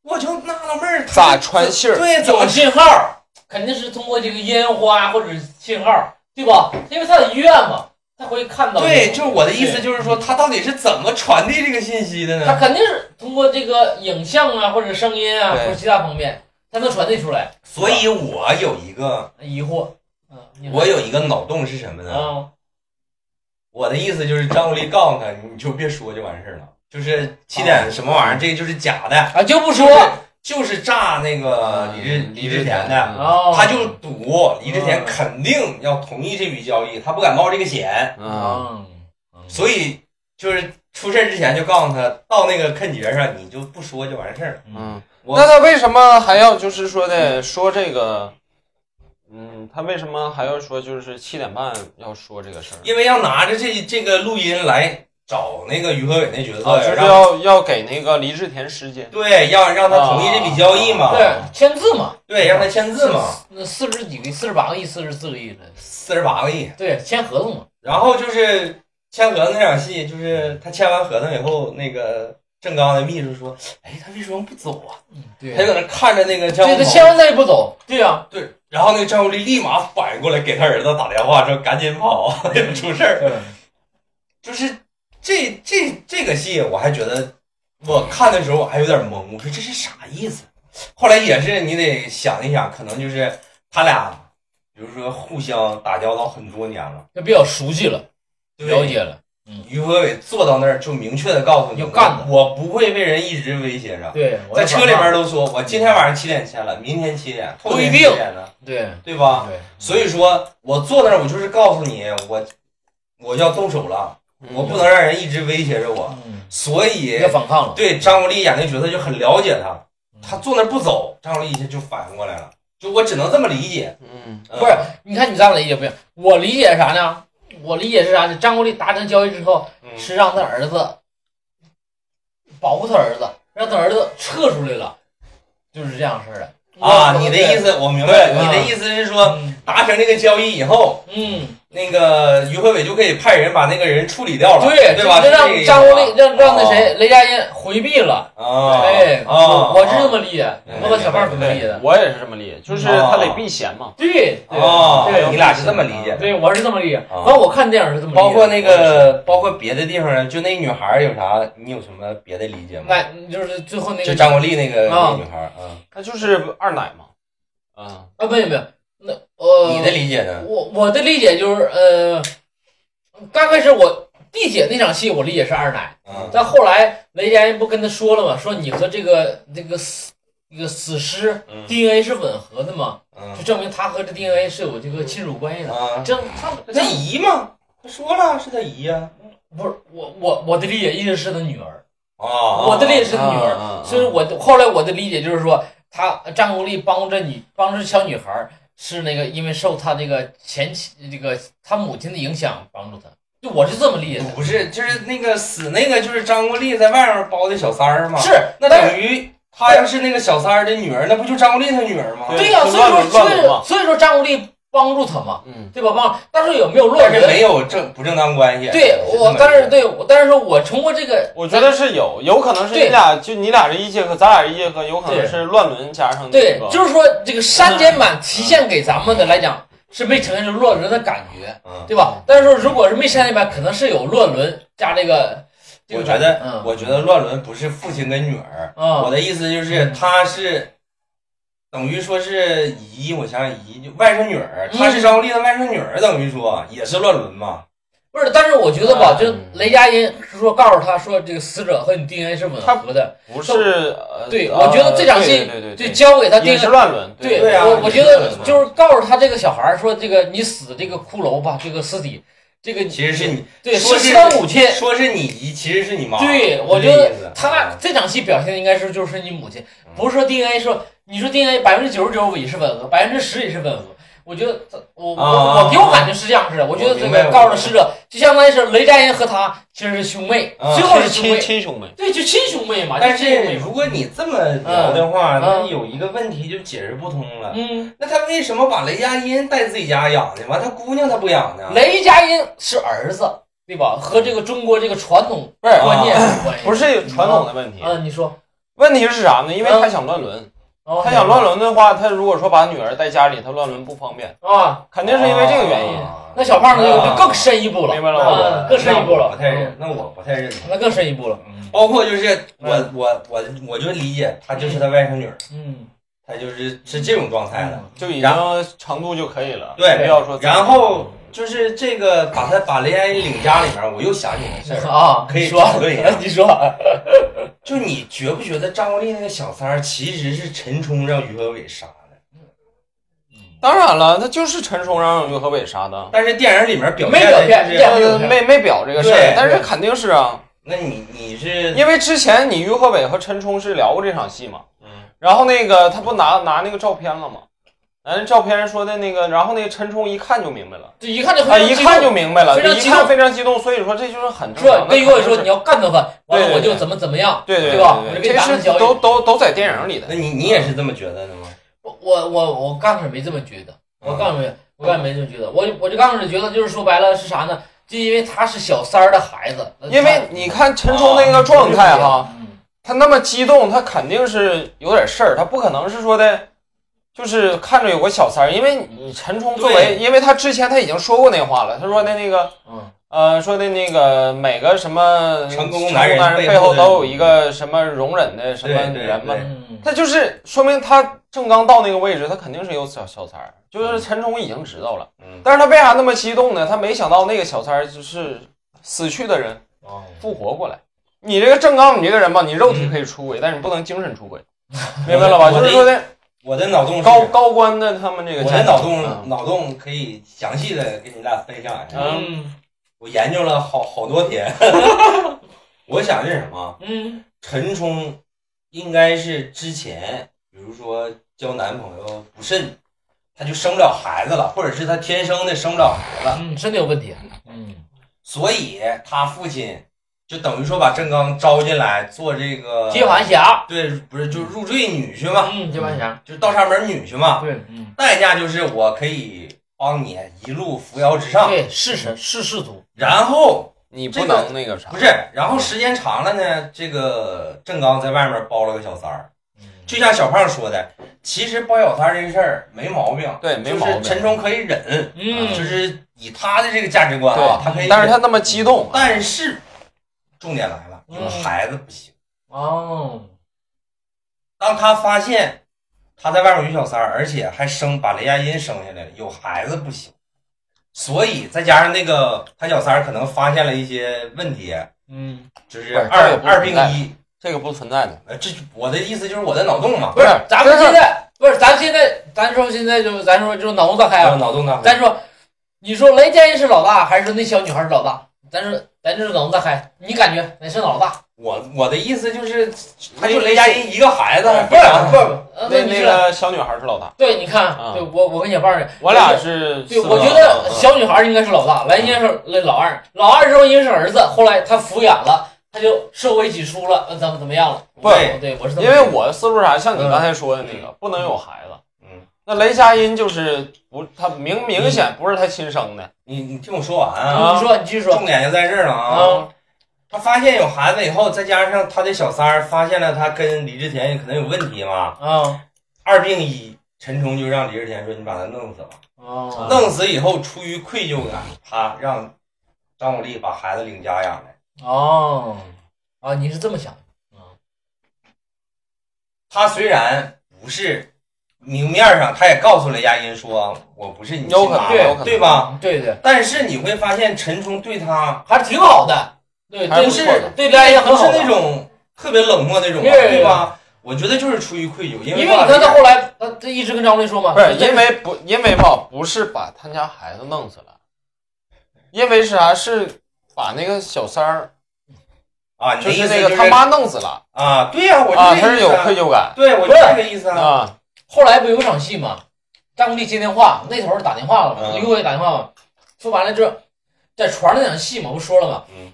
我就纳了闷儿，他
咋传信 儿？
对，怎么
有信号，肯定是通过这个烟花或者信号，对吧？因为他在医院嘛，他会看到。
对，就是我的意思，就是说他到底是怎么传递这个信息的
他
呢？
肯定是通过这个影像啊，或者声音啊，
对
或者其他方面，才能传递出来。
所以我有一个，
疑惑，嗯，你说
我有一个脑洞是什么
嗯
呢？
啊，
我的意思就是张国立告诉他，你就别说就完事儿了，就是七点什么玩意儿，这个就是假的，
啊，就不说
就是炸那个李志李志田的。
哦，
嗯他就赌李志田肯定要同意这笔交易，他不敢冒这个险，
嗯，
嗯，
所以就是出事儿之前就告诉他，到那个坑节上你就不说就完事儿了。
嗯，
我
那他为什么还要就是说的说这个？嗯，他为什么还要说就是七点半要说这个事儿？
因为要拿着这这个录音来找那个于和伟那角色，
啊，就是
让
要要给那个黎志田时间。
对要让他同意这笔交易嘛，
对，签字嘛，
对让他啊签字嘛，
那四十几个亿，四十八个亿，四十四个亿的，
四十八个亿。
对，签合同嘛，
然后就是签合同那场戏，就是他签完合同以后，那个郑刚的秘书说：“哎，他为什么不走啊？”
嗯对
他就搁那看着那个张
这
国
个
立。
千万他也不走，
对啊呀，
对，然后那个张国立立马反应过来，给他儿子打电话说：“赶紧跑，啊 出事儿。”就是这这这个戏，我还觉得我看的时候我还有点懵，我说这是啥意思？后来也是你得想一想，可能就是他俩，比如说互相打交道很多年了，
就比较熟悉了，
对
了解了。
于和伟坐到那儿就明确的告诉你，
要干的
我不会被人一直威胁着。
对，我
在
也
车里面都说，我今天晚上七点签了，明天七点，后天
不一
七
定
点呢，
对
对吧？
对，
所以说我坐那儿，我
嗯
嗯
就是告诉你，我我要动手了，我不能让人一直威胁着我。
嗯，
所以
要反抗了。
对张国立演那角色就很了解他，
嗯
他坐那儿不走，张国立一下就反过来了，就我只能这么理解，
嗯
嗯
不是，你看你这样理解不一样。我理解是啥呢？我理解是啥呢？张国立达成交易之后，
嗯
是让他儿子保护他儿子，让他儿子撤出来了，就是这样式儿的
啊，你的意
思？
思我明白，
对
你的
嗯
意思是说达成这个交易以后，
嗯，
那个于和伟就可以派人把那个人处理掉了，
对
对吧？
就是
这
让
个意思
张国立
吧
让让那
哦
谁雷佳音回避了。
啊，
哎，
啊，
我我是这么理解，
嗯
我和小胖怎么理解的？
我也是这么理解，就是他得避嫌嘛。
对
哦，
对
你俩是这么理解的。
对，我是这么理解。
啊
反正我看电影是这么理解的。
包括那个，包括别的地方呢，就那女孩儿有啥，你有什么别的理解吗？
那就是最后那
就
个
张国立那个
啊
那女孩儿，嗯，
他就是二奶嘛。啊，
啊，没有没有，那呃，
你的理解呢？
我我的理解就是，呃，刚开始我地铁那场戏，我理解是二奶，
嗯
但后来雷佳音不跟他说了吗？说你和这个这个死那个死尸
嗯
DNA 是吻合的嘛，就
嗯
证明他和这 DNA 是有这个亲属关系的。
啊，
这他
他姨吗？他说了是他姨啊呀。
不是我我我的理解一直是他女儿，
啊，
我的理解是他女
啊啊啊
儿，所以我的后来我的理解就是说，他张国立帮着你帮着小女孩儿是那个因为受他这个前妻这个他母亲的影响帮助他，就我是这么理解的。
哦不是，就是那个死那个，就是张国立在外面包的小三儿嘛。
是，
那
但是
等于他要是那个小三儿的女儿，那不就张国立他女儿吗？
对
对呀、
就
所以
乱伦
说所
乱
以
伦嘛
所以说张国立帮助他嘛，
嗯，
对吧？帮，但是有没有乱
但是
伦？
没有正不正当关系。
对我，但是对我，但是说我通过这个，
我觉得是有，有可能是你
对
俩就你俩是一结合，咱俩是一结合，有可能
对
是乱伦加上那
对
个，
就是说这个删减版体现给咱们的来讲是没呈现出乱伦的感觉，
嗯，
对吧？但是说如果是没删减版，可能是有乱伦加这个，这
我
个
觉
感
得
嗯，
我觉得乱伦不是父亲跟女儿，
啊，
我的意思就是他是。等于说是姨，我想想姨就外甥女儿，她
嗯
是张国立的外甥女儿，等于说也是乱伦嘛。
不是，但是我觉得吧，
嗯
就是雷佳音是说告诉他说这个死者和你 DNA 是吻合的，
不是呃，
对
呃
我觉得这场戏
对对
就
对
交给他
也
DNA
是乱伦，
对，
对啊
我
也
我觉
是
得
的
就是告诉他这个小孩儿说，这个你死这个骷髅吧，这个尸体，这个
其实是你
嗯对
说
是
是
是他母亲。
说是你姨，其啊实是你妈。
对，
就
我
这
觉
意思啊嗯
得他这场戏表现的应该是就是你母亲，不是说 DNA 说你说 DNA 百分之九十九也是吻合，百分之十也是吻合。我觉得我
啊
我我给我感觉是这样式的，我觉得
我
这
明白
个告诉了逝者，就相当于是雷佳音和他其实是兄妹，
啊
最后
就是是
兄
亲
妹，
亲兄妹，
对，就亲兄妹嘛。
但
就亲兄
是
妹嘛
如果你这么聊的话，
嗯
那
嗯
有一个问题就解释不通了。
嗯，
那他为什么把雷佳音带自己家养呢？完，他姑娘他不养啊呢？
雷佳音是儿子，对吧？和这个中国这个传统
不是
啊
观念有关系。嗯
不是传统的问题，啊
啊，你说，
问题是啥呢？因为
嗯
他想乱伦，
哦
他想乱伦的话，他如果说把女儿带家里，他乱伦不方便，
啊，
肯定是因为这个原因。
啊
那小胖子就
啊
就更深一步了，
明白了
啊
我
更深一
那我
步了，
不太认
嗯，
那我不太认同。
那更深一步了，
包括就是我
嗯
我我我就理解她就是他外甥女儿，
嗯，
她就是是这种状态的。
就已经程度就可以了，
对
不要说。
然后就是这个把他把雷佳音领家里面，我又想起个事儿，
啊，
可以
说
讨论一下，
你说，啊
就你觉不觉得张国立那个小三儿其实是陈冲让于和伟杀的？
当然了，他就是陈冲让于和伟杀的，
但是电影里面表
没
现
表
的
现
就是
这样
呃没没表这个事
对
儿，但是
对
肯定是啊，
那你你是
因为之前你于和伟和陈冲是聊过这场戏嘛，
嗯
然后那个他不拿拿那个照片了吗？拿那照片说的那个，然后那个陈冲一看就明白了，
这一看就
啊，
很
一看就明白了，
非常
一
激动
看非常激动，所以说这就是很正
说
常的。
跟于伟说你要干掉他，
对
完
对
了我就
对
怎么怎么样，
对对
对吧？我就
对
给
对，这
你打成
是
交易。
都都都在电影里
那
的。
你你也是这么觉得的吗？
我我我我刚开始没这么觉得，我刚开始没我刚开始没这么觉得，我就我就刚开始觉得就是说白了是啥呢？就因为他是小三儿的孩子，那
因为
他
你看陈冲那个状态哈，，
嗯
他那么激动，他肯定是有点事儿，他不可能是说的，就是看着有个小三儿，因为你陈冲作为，
对
因为他之前他已经说过那话了，他说的那个
嗯，
呃，说的那个每个什么
成功
功
男人
人
背
背
后
后
的
都有一个什么容忍的什么
对
女
对
人嘛，
对
嗯
他就是说明他正刚到那个位置，他肯定是有小小三儿，就是陈冲已经知道了，
嗯，
但是他为啥那么激动呢？他没想到那个小三儿就是死去的人
哦
复活过来。你这个正刚，你这个人吧，你肉体可以出轨，但是你不能精神出轨，明白了吧？
我的
就是说的
我的脑洞是
高高官的他们这个
我
家
的
庭
脑洞
嗯
脑洞可以详细的给你俩分享一下，
嗯
嗯，
我研究了好好多天， 我想是什么？
嗯，
陈冲应该是之前，比如说交男朋友不慎，他就生不了孩子了，或者是他天生的生不了孩子，
嗯，真的有问题。
嗯，
所以他父亲就等于说把郑刚招进来做这个
接盘侠，
对，不是就是入赘女婿嘛，
嗯，接盘侠，
就是倒插门女婿嘛，
对
嗯，
代价就是我可以帮你一路扶摇直上，
对，是是是仕途，
然后
你
这
不
个
能那个啥，
不是，然后时间长了呢，这个郑刚在外面包了个小三儿，就像小胖说的，其实包小三儿这个事儿没毛病，
对没毛病
就是陈冲可以忍，
嗯
啊就是以他的这个价值观啊，
对
他可以忍，
但是他那么激动，
但是重点来了，有
嗯
孩子不行，
哦，
当他发现他在外面有小三儿，而且还生把雷佳音生下来了，有孩子不行。所以再加上那个他小三儿可能发现了一些问题，
嗯，
就是
不是
二
这个不
二病
存在
一，
这个不存在的。
呃，这就我的意思就是我的脑洞嘛，
不是
对
咱们
这是
现在不是咱现在，咱说现在就咱说就脑洞大开
还有
啊，
脑洞
嗯
大开。
咱说你说雷佳音是老大，还是说那小女孩是老大？咱说咱这是脑洞大开，你感觉哪是老大？
我我的意思就是，哎他就雷佳音一个孩子，
对
非常
不是呃
那
你
那
是
个小女孩是老大，
对，你看，
啊
对我我跟小胖儿，
我俩是
对，
四
我
个
觉得小女孩应该是老大，来应该是老二，老二之后因为是儿子，后来他抚养了，他就受为己出了，呃怎么怎么样了？
不
对，对我是这么
因为我思路是啥，像你
嗯
刚才说的那个，不能有孩子。
嗯，
那雷佳音就是不，他明明显不是他亲生
嗯
的。
你你听我说完啊，
你说你继续说
重点就在这儿了啊。
啊，
他发现有孩子以后，再加上他的小三儿发现了他跟李治田可能有问题嘛，
啊
二病一，陈冲就让李治田说你把他弄死吧。
啊
弄死以后，出于愧疚感，他让张武丽把孩子领家养来。
哦啊！你是这么想的？
他虽然不是明面上，他也告诉雷佳音说我不是你
有
亲
可能
妈
对
有可能
妈，对吧？
对对，
但是你会发现陈冲对他
还是挺好的，对，
还
对
不是
对，大家
不
很
是
好的
那，种特别冷漠那种，啊
对
对吧？我觉得就是出于愧疚，因
因为
爸
你看他后来他他一直跟张丽说嘛，
不是
这
因为不因为吧，不是把他家孩子弄死了，因为是啥是把那个小三儿，
啊，你
就
的意
是
思
那个
是
他妈弄死了
啊，对呀，我
啊，
就
他是
这
有
意思啊
愧疚感
对我就
不是
这个意思啊，
啊。
后来不有一场戏嘛，张无忌接电话，那头儿打电话了嘛，
嗯
于和伟打电话嘛，说白了就是在船上那场戏嘛，不说了嘛，
嗯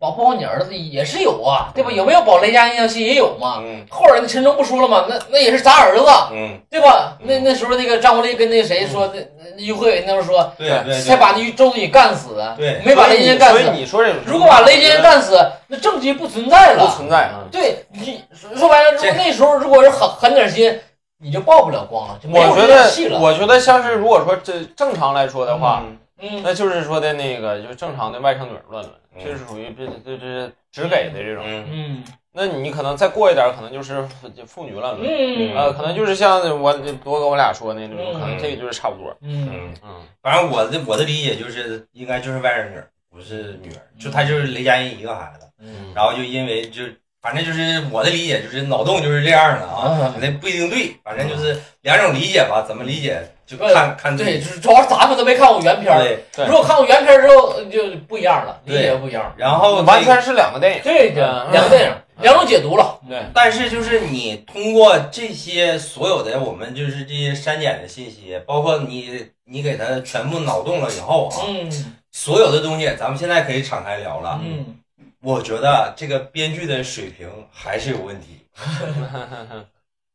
保不好你儿子也是有啊，对吧？有没有保雷佳音那场戏也有嘛。
嗯
后来那陈冲不说了嘛，那那也是咱儿子，
嗯，
对吧？
嗯
那那时候那个张无忌跟那谁说，那那于和伟那时候说，
对对对，
才把那周子宇干死，
对
没把雷佳音干
所以
死。
你说这种，
如果把雷佳音干死，那证据不存在了
不。存在啊。
对你说白了，如果
这
那时候如果是狠狠点心，你就曝不了光了，就嗯没
我
有
觉
这个戏了。
得，我觉得像是如果说这正常来说的话，
嗯
嗯，
那就是说的那个就是正常的外甥女儿论了，
嗯
这是属于这这这只给的这种。
嗯
嗯
那你可能再过一点儿，可能就是妇妇女乱伦，
嗯
呃，可能就是像我多跟我俩说那种，
嗯
可能这个就是差不多。
嗯，
嗯，
嗯，
反正我的我的理解就是应该就是外甥女儿，不是女儿，就他就是雷佳音一个孩子，
嗯
然后就因为就反正就是我的理解就是脑洞就是这样的啊，那不一定对，反正就是两种理解吧，怎么理解就看看自己
对，就是主要是咱们都没看过原片儿，
对，
对
如果看过原片儿之后就不一样了，理解不一样了。
然后
完
这个
全是两个电影。
对对，
嗯
两个电影，两种解读了。
对，
但是就是你通过这些所有的我们就是这些删减的信息，包括你你给它全部脑洞了以后啊，
嗯
所有的东西咱们现在可以敞开聊了。
嗯，
我觉得这个编剧的水平还是有问题，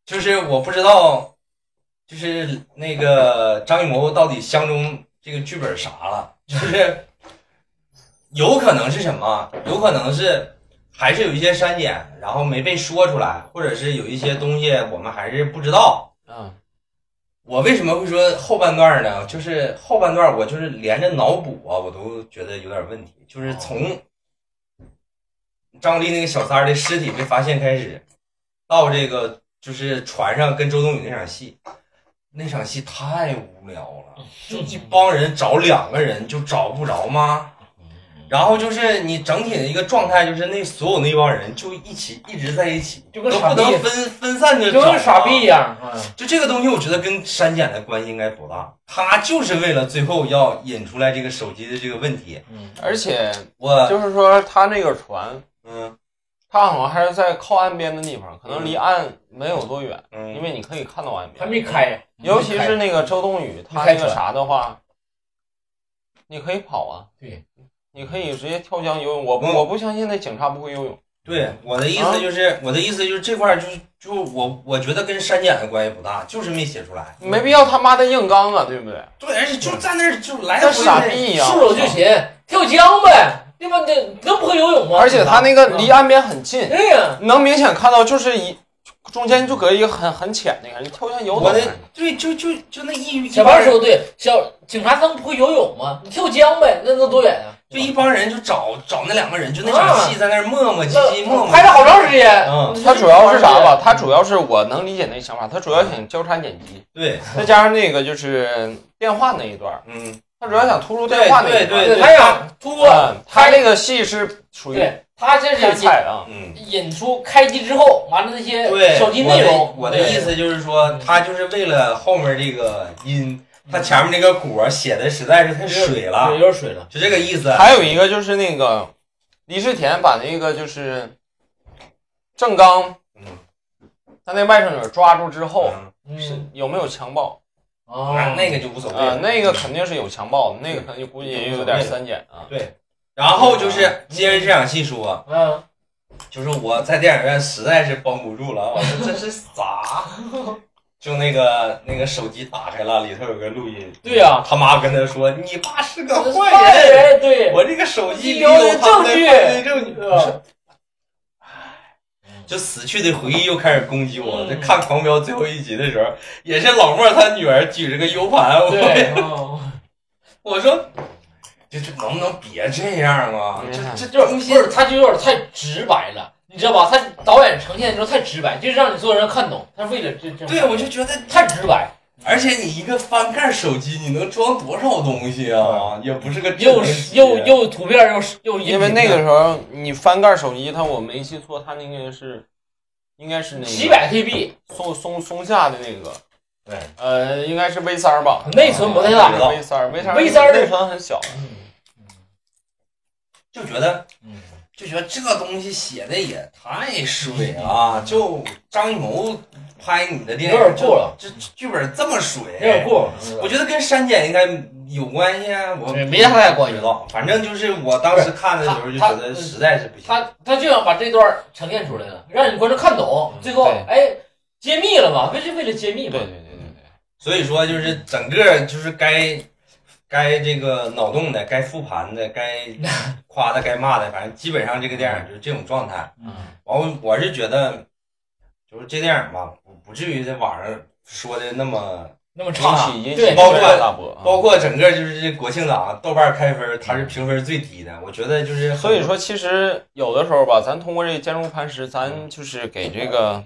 就是我不知道，就是那个张艺谋到底相中这个剧本啥了，就是有可能是什么，有可能是还是有一些删减，然后没被说出来，或者是有一些东西我们还是不知道。
嗯，
我为什么会说后半段呢？就是后半段我就是连着脑补啊，我都觉得有点问题，就是
哦
从张无忌那个小三儿的尸体被发现开始，到这个就是船上跟周冬雨那场戏，那场戏太无聊了，
嗯
就一帮人找两个人就找不着吗？
嗯
然后就是你整体的一个状态，就是那所有那帮人就一起一直在一起，
就跟
都
傻
不
逼
能分分赞
嗯
的，
就跟傻
啊
逼一。样。嗯
就这个东西，我觉得跟删减的关系应该不大，他就是为了最后要引出来这个手机的这个问题。
嗯，
而且
我
就是说他那个船，
嗯
他好像还是在靠岸边的地方，可能离岸没有多远，
嗯，
因为你可以看到岸
还
边。
没开，
嗯尤其是那个周冬雨，他那个啥的话，你可以跑啊，
对，
你可以直接跳江游泳。我不
嗯
我不相信那警察不会游泳。
对我的意思就是，
啊
我的意思就是这块儿就是就我我觉得跟删减的关系不大，就是没写出来。
没必要他妈的硬刚啊，对不对？
对，而且就在那儿就来
跟
回的
傻逼一样。
束手就擒，跳江呗，对吧？这能不会游泳吗？
而且他那个离岸边很近，
对呀，
能明显看到就是一中间就隔一个很很浅那个，你跳向游
我
泳
的对，就就就那一
小
帮
胖
人
说，的对，小警察能不会游泳吗？你跳江呗，那能多远啊？
就一帮人就找找那两个人，就那场戏在那儿磨磨唧唧磨
那
磨。
拍了好长时间。
嗯，
他主要是啥吧？他主要是我能理解那个想法，他主要想交叉剪辑，
对，
再加上那个就是电话那一段儿，
嗯，
他主要想突出电话那一段儿。
对
对，他想通过
嗯，他那个戏是属于
对，他这
配
是想
菜啊，
嗯，
引引出开机之后，完了那些
对，
手机内容。
我的我的意思就是说，他就是为了后面这个音，他前面这个果写的实在是太水
对，有
了，
点水了。
就这个意思。
还有一个就是那个李世田把那个就是郑刚，
嗯
他那外甥女抓住之后，
嗯
是
嗯，
有没有强暴？
哦
那那个就无所谓
啊，
了。
那个肯定是有强暴的，那个肯定估计也有点删减啊。
对，然后就是接着这场戏说，
嗯，
啊就是我在电影院实在是绷不住了，我说这是啥？就那个那个手机打开了，里头有个录音。
对呀
他妈跟他说：“你爸是个坏
嗯坏
人，
人对，
我这个手机里
有
有他的
证据
犯罪证据。”
嗯
就死去的回忆又开始攻击我。
嗯
就看《狂飙》最后一集的时候，也是老莫他女儿举着个 U 盘，我
对，哦
我说，这这能不能别这样啊？
嗯
这这这
就是
东
不
西，
是他就有点太直白了，你知道吧？他导演呈现的时候太直白，就是让你所有人看懂。他为了这这，
对我就觉得，
太直白，
而且你一个翻盖手机，你能装多少东西啊？也不是个智
又
能机
又又图片又又音频
因为那个时候你翻盖手机，它我没记错，它那个是应该是那
几
个
百 KB
松松松下的那个，
对，
呃，应该是 V 三吧，
内存不太大，
V 三 V 三
V 啊三
内存很小，
就觉得
嗯，
就觉得这个东西写的也太水了。啊就张艺谋拍你的电影
有点过了，
就这剧本这么水，
有点过了。
我觉得跟删减应该有关系啊，我
没啥太关系
知道，反正就是我当时看的时候就觉得实在是不行。
他他就想把这段儿呈现出来了，让你观众看懂，最后
对
哎揭秘了嘛，为是为了揭秘
对
嘛
对。对对
所以说就是整个就是该该这个脑洞的，该复盘的，该夸的，该骂的，反正基本上这个电影就是这种状态。
嗯，
完，我我是觉得就是这电影吧，不不至于在网上说的那么，
那么差，
对，引起引
对
起
包括
大波，
包括整个就是这国庆档豆瓣开分，它是评分最低的，我觉得就是
嗯所以说，其实有的时候吧，咱通过这坚如磐石，咱就是给这个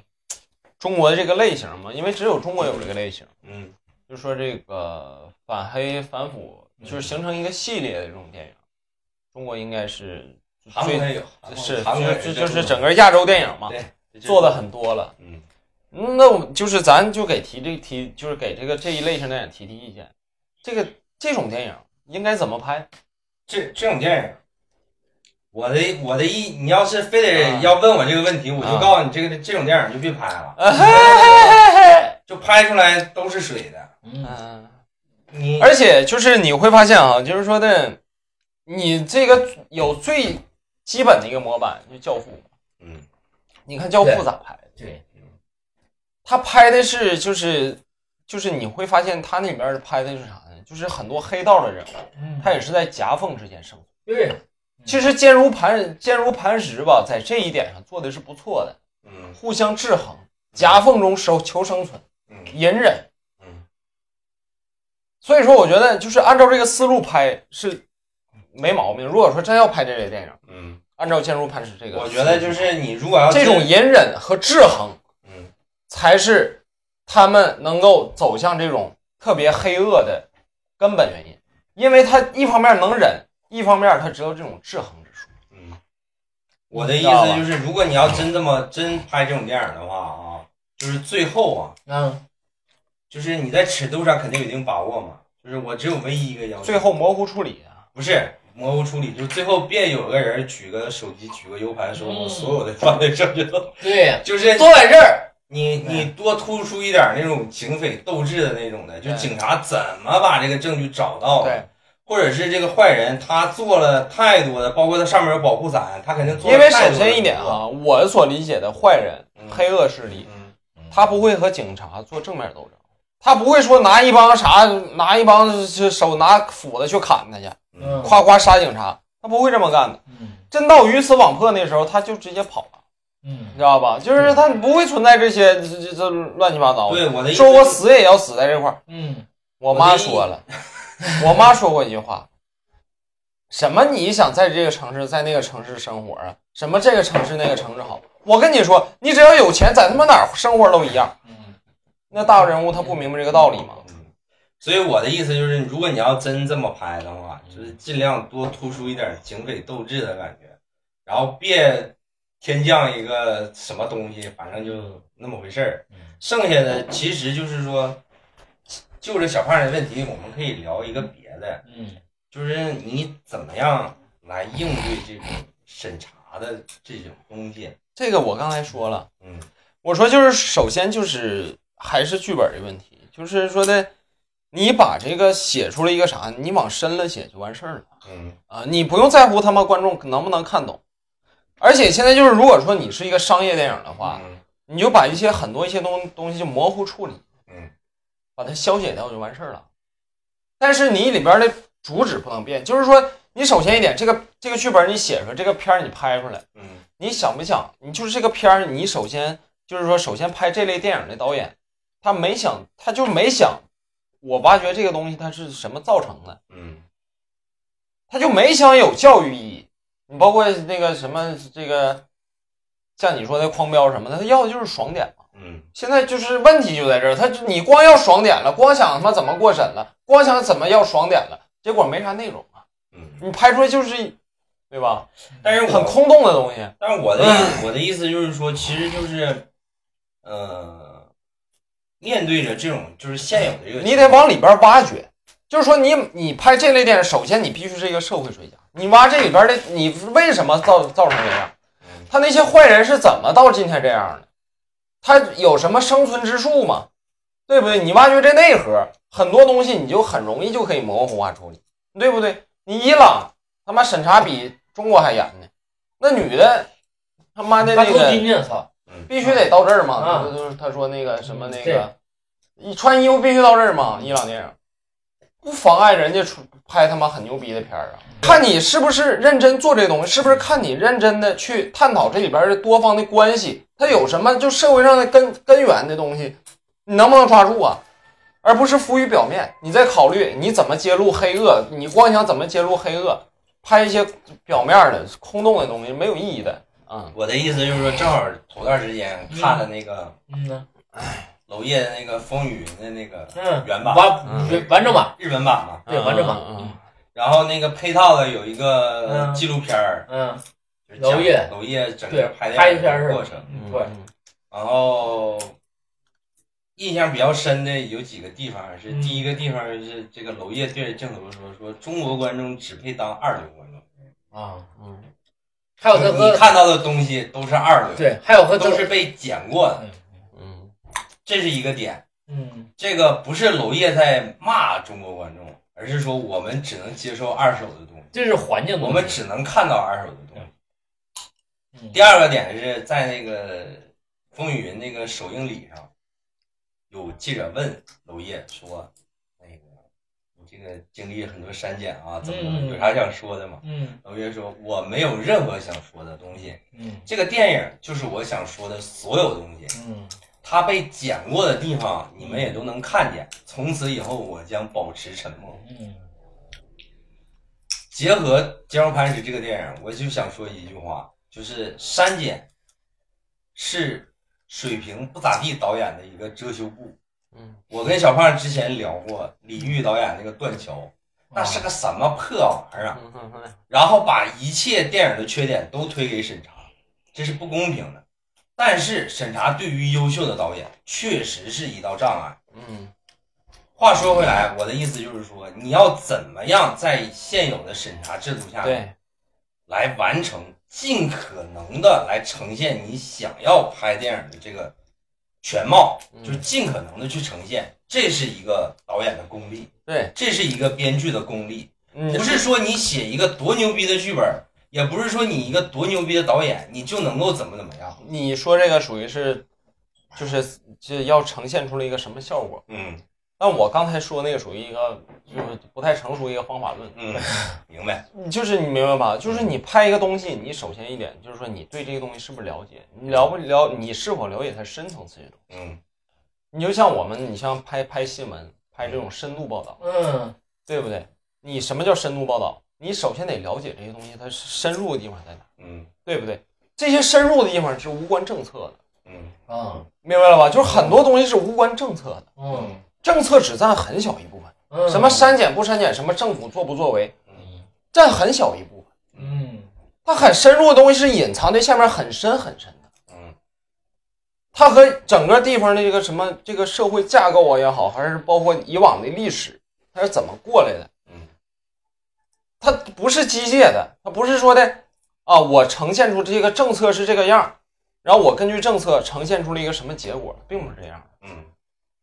中国的这个类型嘛，因为只有中国有这个类型，
嗯
就说这个反黑反腐，就是形成一个系列的这种电影，中国应该是
韩国
最
也有，
是
韩国也
就
有
就是整个亚洲电影嘛，
对
做的很多了。
嗯
嗯那我就是咱就给提这提，就是给这个这一类型电影提提意见，这个这种电影应该怎么拍？
这这种电影，我的我的意，你要是非得
啊
要问我这个问题，我就
啊
告诉你，这个这种电影就别拍了，
啊嘿嘿嘿嘿
就拍出来都是水的。
嘿，
嗯，
嗯。
你
而且就是你会发现啊，就是说的，你这个有最基本的一个模板，就是《教父》。
嗯，
你看《教父》咋拍的？
对，
他拍的是就是就是你会发现他那里边拍的是啥呢？就是很多黑道的人物，
嗯
他也是在夹缝之间生活。
对，
其实坚如磐坚如磐石吧，在这一点上做的是不错的，
嗯
互相制衡，夹缝中求求生存，
嗯
隐忍。
嗯，
所以说，我觉得就是按照这个思路拍是没毛病。如果说真要拍这类电影，
嗯，
按照《坚如磐石》这个，
我觉得就是你如果要
这种
真
隐忍和制衡，
嗯
才是他们能够走向这种特别黑恶的根本原因。因为他一方面能忍，一方面他知道这种制衡之术。
嗯，我的意思就是，如果你要真这么真拍这种电影的话啊，就是最后啊，
嗯，
就是你在尺度上肯定有一定把握嘛。就是我只有唯一一个要求，
最后模糊处理啊，
不是模糊处理，就是最后别有个人举个手机、举个 U 盘说，我所有的犯罪证据都
对呀，
就是
做完事儿，
你你多突出一点那种警匪斗志的那种的，就警察怎么把这个证据找到
对
的，或者是这个坏人他做了太多的，包括他上面有保护伞，他肯定做了
因为首
太多的
先一点
工作，
啊，我所理解的坏人、
嗯
黑恶势力，
嗯，
他不会和警察做正面斗争，他不会说拿一帮啥拿一帮是手拿斧子去砍他去，
嗯
夸夸杀警察，他不会这么干的。
嗯
真到鱼死网破那时候，他就直接跑了，你
嗯
知道吧？就是他不会存在这些这这这乱七八糟的。
对我的意思
说我死也要死在这块儿。
嗯
我妈说了，我妈说过一句话，什么你想在这个城市，在那个城市生活啊？什么这个城市那个城市好？我跟你说，你只要有钱，在他妈哪儿生活都一样。
嗯
那大人物他不明白这个道理吗？
嗯所以我的意思就是，如果你要真这么拍的话，
嗯
就是尽量多突出一点警匪斗志的感觉，然后别天降一个什么东西，反正就那么回事儿
嗯。
剩下的其实就是说，就这小胖的问题，我们可以聊一个别的，
嗯
就是你怎么样来应对这种审查的这种东西。
这个我刚才说了，
嗯
我说就是首先就是还是剧本的问题，就是说的你把这个写出来一个啥，你往深了写就完事儿了。
嗯
啊，你不用在乎他们观众能不能看懂。而且现在就是，如果说你是一个商业电影的话，
嗯
你就把一些很多一些东东西就模糊处理，
嗯，
把它消解掉就完事儿了。但是你里边的主旨不能变，就是说，你首先一点，这个这个剧本你写出来，这个片儿你拍出来，
嗯
你想不想？你就是这个片儿，你首先就是说，首先拍这类电影的导演，他没想，他就没想，我挖掘这个东西它是什么造成的。
嗯
他就没想有教育意义。你包括那个什么这个，像你说的狂飙什么的，他要的就是爽点嘛。
嗯
现在就是问题就在这儿，他你光要爽点了，光想他妈怎么过审了，光想怎么要爽点了，结果没啥内容啊。
嗯。
你拍出来就是，对吧？
但是我
很空洞的东西。
但是我的意我的意思就是说，其实就是，呃，面对着这种就是现有的这个，
你得往里边挖掘。就是说你，你拍这类电影，首先你必须是一个社会学家，你挖这里边的，你为什么造造成这样
嗯？
他那些坏人是怎么到今天这样的？他有什么生存之术吗？对不对？你挖掘这内核，很多东西你就很容易就可以模糊化处理，对不对？你伊朗他妈审查比中国还严呢，那女的他妈的
他
那
偷
个
金呢，操，
必须得到这儿嘛
啊，
就是就是他说那个什么那
对嗯
个，你穿衣服必须到这儿嘛，伊朗电影不妨碍人家出拍他妈很牛逼的片儿啊。看你是不是认真做这个东西，是不是看你认真的去探讨这里边的多方的关系，它有什么就社会上的根根源的东西，你能不能抓住啊？而不是浮于表面，你在考虑你怎么揭露黑恶，你光想怎么揭露黑恶，拍一些表面的空洞的东西没有意义的啊、
我的意思就是说，正好头段时间看了那个
嗯呐，
娄烨的那个《风雨》的那个
嗯，
原版、
完
嗯
完整版，
日本版嘛，
对完整版
嗯嗯嗯
然后那个配套的有一个
嗯
纪录片儿，
嗯，
就是讲
娄烨
娄烨整
对
个拍电
拍一
影
片儿
的
是
过程，
嗯对，
然后印象比较深的有几个地方是，
嗯
第一个地方是这个娄烨对着镜头说：“说中国观众只配当二流观众，
啊，
嗯
还有他
你
和
看到的东西都是二流，
对，还有和他
都是被剪过的，
嗯
这是一个点。
嗯，
这个不是娄烨在骂中国观众，而是说我们只能接受二手的东西，
这是环境的
我
问
们
题，
只能看到二手的东西。
嗯
第二个点是在那个风雨云那个首映礼上，有记者问娄烨说：“那个你这个经历很多删减啊，怎么怎么
嗯
有啥想说的吗？”
嗯
娄烨说：“我没有任何想说的东西，
嗯
这个电影就是我想说的所有东西。
嗯，
它被剪过的地方，你们也都能看见。从此以后，我将保持沉默。
嗯，
结合《坚如磐石》这个电影，我就想说一句话，就是删减是水平不咋地导演的一个遮羞布。
嗯，
我跟小胖之前聊过李玉导演那个《断桥》，
嗯
那是个什么破玩意儿啊！然后把一切电影的缺点都推给审查，这是不公平的。但是审查对于优秀的导演确实是一道障碍。
嗯
话说回来，我的意思就是说，你要怎么样在现有的审查制度下，
对，
来完成，尽可能的来呈现你想要拍电影的这个全貌，
嗯
就是尽可能的去呈现，这是一个导演的功力，
对，
这是一个编剧的功力，
嗯
不是说你写一个多牛逼的剧本，也不是说你一个多牛逼的导演，你就能够怎么怎么样。
你说这个属于是，就是就要呈现出了一个什么效果？
嗯
但我刚才说那个属于一个就是不太成熟一个方法论，
嗯，明白。
就是你明白吧？就是你拍一个东西，你首先一点就是说你对这个东西是不是了解，你了不了，你是否了解它深层次这种？
嗯
你就像我们，你像拍拍新闻，拍这种深度报道，
嗯，
对不对？你什么叫深度报道？你首先得了解这些东西它是深入的地方在哪，
嗯
对不对？这些深入的地方是无关政策的，
嗯
啊，
明白了吧？就是很多东西是无关政策的，
嗯，
政策只占很小一部分，
嗯
什么删减不删减，什么政府作不作为，
嗯
占很小一部分。
嗯
它很深入的东西是隐藏在下面很深很深的，
嗯
它和整个地方的这个什么这个社会架构啊也好，还是包括以往的历史，它是怎么过来的？
嗯，
它不是机械的，它不是说的啊，我呈现出这个政策是这个样儿，然后我根据政策呈现出了一个什么结果，并不是这样的，
嗯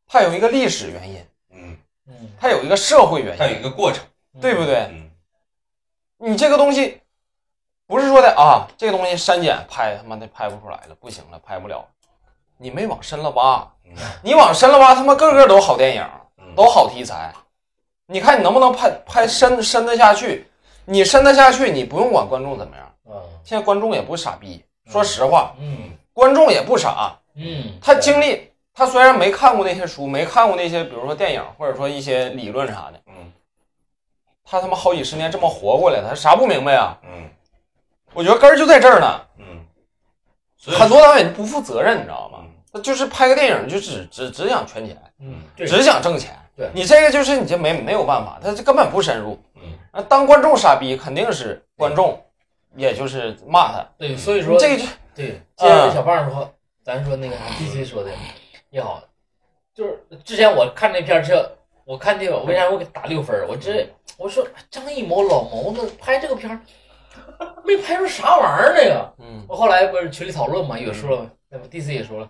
它有一个历史原因，
嗯，
嗯，
它有一个社会原
它
因，
有一个过程。
对不对？
嗯
你这个东西不是说的啊，这个东西删减拍他妈的拍不出来了，不行了，拍不了。你没往深了挖，
嗯
你往深了挖，他妈个个都好电影，
嗯，
都好题材。你看你能不能拍拍深深得下去？你深得下去，你不用管观众怎么样。
啊，
现在观众也不傻逼，说实话，
嗯
观众也不傻。
嗯
他经历，他虽然没看过那些书，没看过那些，比如说电影或者说一些理论啥的，
嗯
他他妈好几十年这么活过来，他啥不明白啊？
嗯
我觉得根儿就在这儿呢。
嗯，所以
很多导演就不负责任，你知道吗
嗯？
他就是拍个电影就只只只想圈钱，
嗯，对，
只想挣钱。
对
你这个就是你这没没有办法，他这根本不深入。
嗯
啊，当观众傻逼，肯定是观众，也就是骂他。
对，所以说
这个就
对，接着小胖说，咱说那个 D C 说的也好，就是之前我看那片儿，这我看这个，为啥我给打六分儿？我这我说张艺谋老谋子拍这个片儿，没拍出啥玩意儿来呀。
嗯
我后来不是群里讨论嘛，也说了，那么 D C 也说了，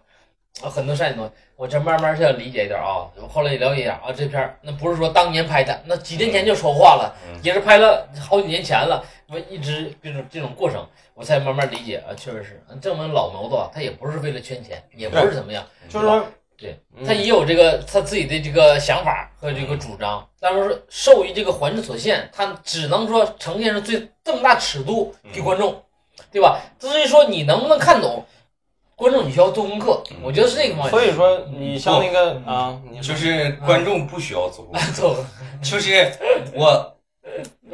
啊，很多善意的东西，我这慢慢是要理解一点啊。我后来也了解一下啊，这片儿那不是说当年拍的，那几年前就筹划了，
嗯
也是拍了好几年前了，我一直这种这种过程，我才慢慢理解啊，确实是，证明老毛子啊，他也不是为了圈钱，也不是怎么样，
就是说，
对
嗯，
他也有这个他自己的这个想法和这个主张，但是说受于这个环境所限，他只能说呈现出最这么大尺度给观众，对吧？至于说你能不能看懂，观众你需要做功课
嗯，
我觉得是这个方面。
所以说你像那个
不
啊，你
就
说
嗯
是观众不需要做功课，
做
就是 我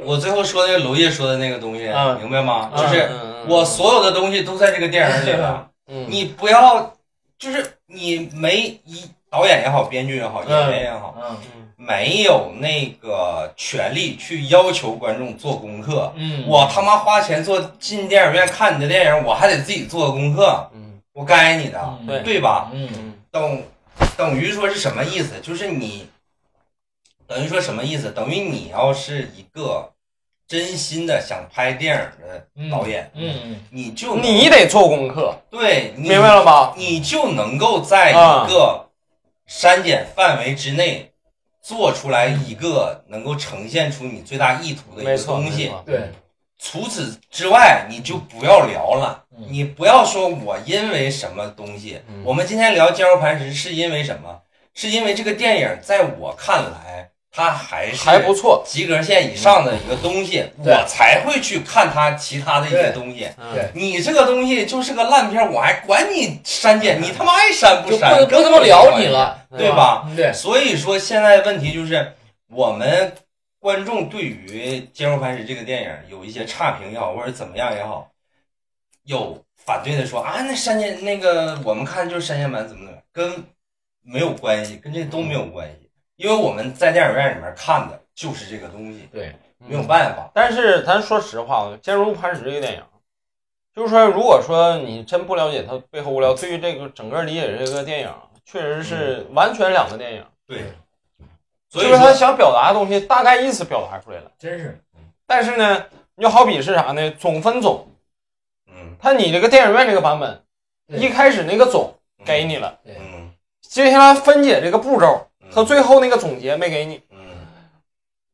我最后说的娄烨说的那个东西，
嗯
明白吗？
嗯嗯
就是我所有的东西都在这个电影里了，
你
你不要就是你没一导演也好，编剧也好，
嗯
演员也好，
嗯
没有那个权利去要求观众做功课。
嗯，
我他妈花钱坐进电影院看你的电影，我还得自己做功课，
嗯
我该你的，
嗯
对
对吧？
嗯
嗯
等等于说是什么意思？就是你等于说什么意思？等于你要是一个真心的想拍电影的
嗯
导演，
嗯
你就能
你得做功课，
对，你
明白了啊吧？
你就能够在一个删减范围之内做出来一个能够呈现出你最大意图的一
没
个
错，
东西
没。错
对，
除此之外，你就不要聊了。
嗯
你不要说我因为什么东西，
嗯
我们今天聊《坚如磐石》是因为什么？是因为这个电影在我看来，它还是
还不错。
及格线以上的一个东西，
嗯对
我才会去看它其他的一些
对
东西。
嗯
对
你这个东西就是个烂片，我还管你删减？你他妈爱删
就
删，
不
跟
不
我
这么
有
聊
关
你
系，
了，
对吧？
对，
所以说现在问题就是我们观众对于《坚如磐石》这个电影有一些差评也好，或者怎么样也好，有反对的说啊，那删减那个我们看就是删减版怎么怎么样，跟没有关系，跟这都没有关系，因为我们在电影院里面看的就是这个东西，
嗯
对，
没有办法。
但是咱说实话，《坚如磐石》这个电影，就是说，如果说你真不了解它背后无聊，对于这个整个理解这个电影，确实是完全两个电影。
对，
就
嗯所以
是他
说
想表达的东西大概意思表达出来了，
真是
但是呢，你就好比是啥呢？总分总，
嗯
他你这个电影院这个版本，
对
一开始那个总给你了，
嗯
接下来分解这个步骤
嗯
和最后那个总结没给你，
嗯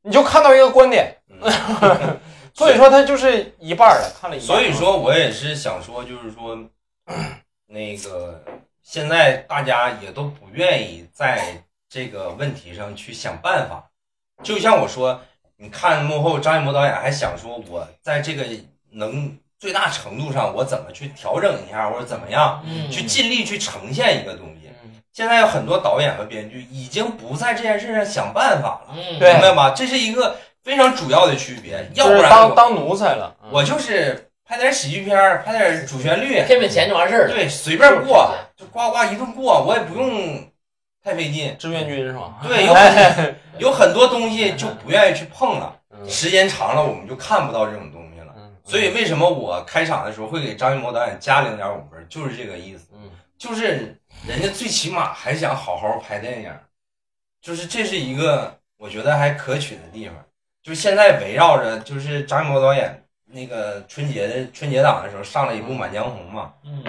你就看到一个观点，
嗯
所以说他就是一半儿了，看了一半儿。
所以说我也是想说，就是说， 那个现在大家也都不愿意在这个问题上去想办法。就像我说，你看幕后张艺谋导演还想说，我在这个能最大程度上，我怎么去调整一下，或者怎么样
嗯
去尽力去呈现一个东西。
嗯，
现在有很多导演和编剧已经不在这件事上想办法了，
嗯
对
明白吗？这是一个非常主要的区别。要
就
不
是
然
当
我
当奴才了。嗯
我就是拍点喜剧片儿，拍点主旋律，
骗骗钱就完事儿了。
对，随便过，就呱呱一顿过，我也不用太费劲。
志愿军是吧？
对，有很 有很多东西就不愿意去碰了，
哎嗯
时间长了我们就看不到这种东西了。
嗯，
所以为什么我开场的时候会给张艺谋导演加零点五分，就是这个意思，
嗯
就是人家最起码还想好好拍电影，就是这是一个我觉得还可取的地方。就是现在围绕着就是张艺谋导演那个春节的春节档的时候上了一部《满江红》嘛，
嗯，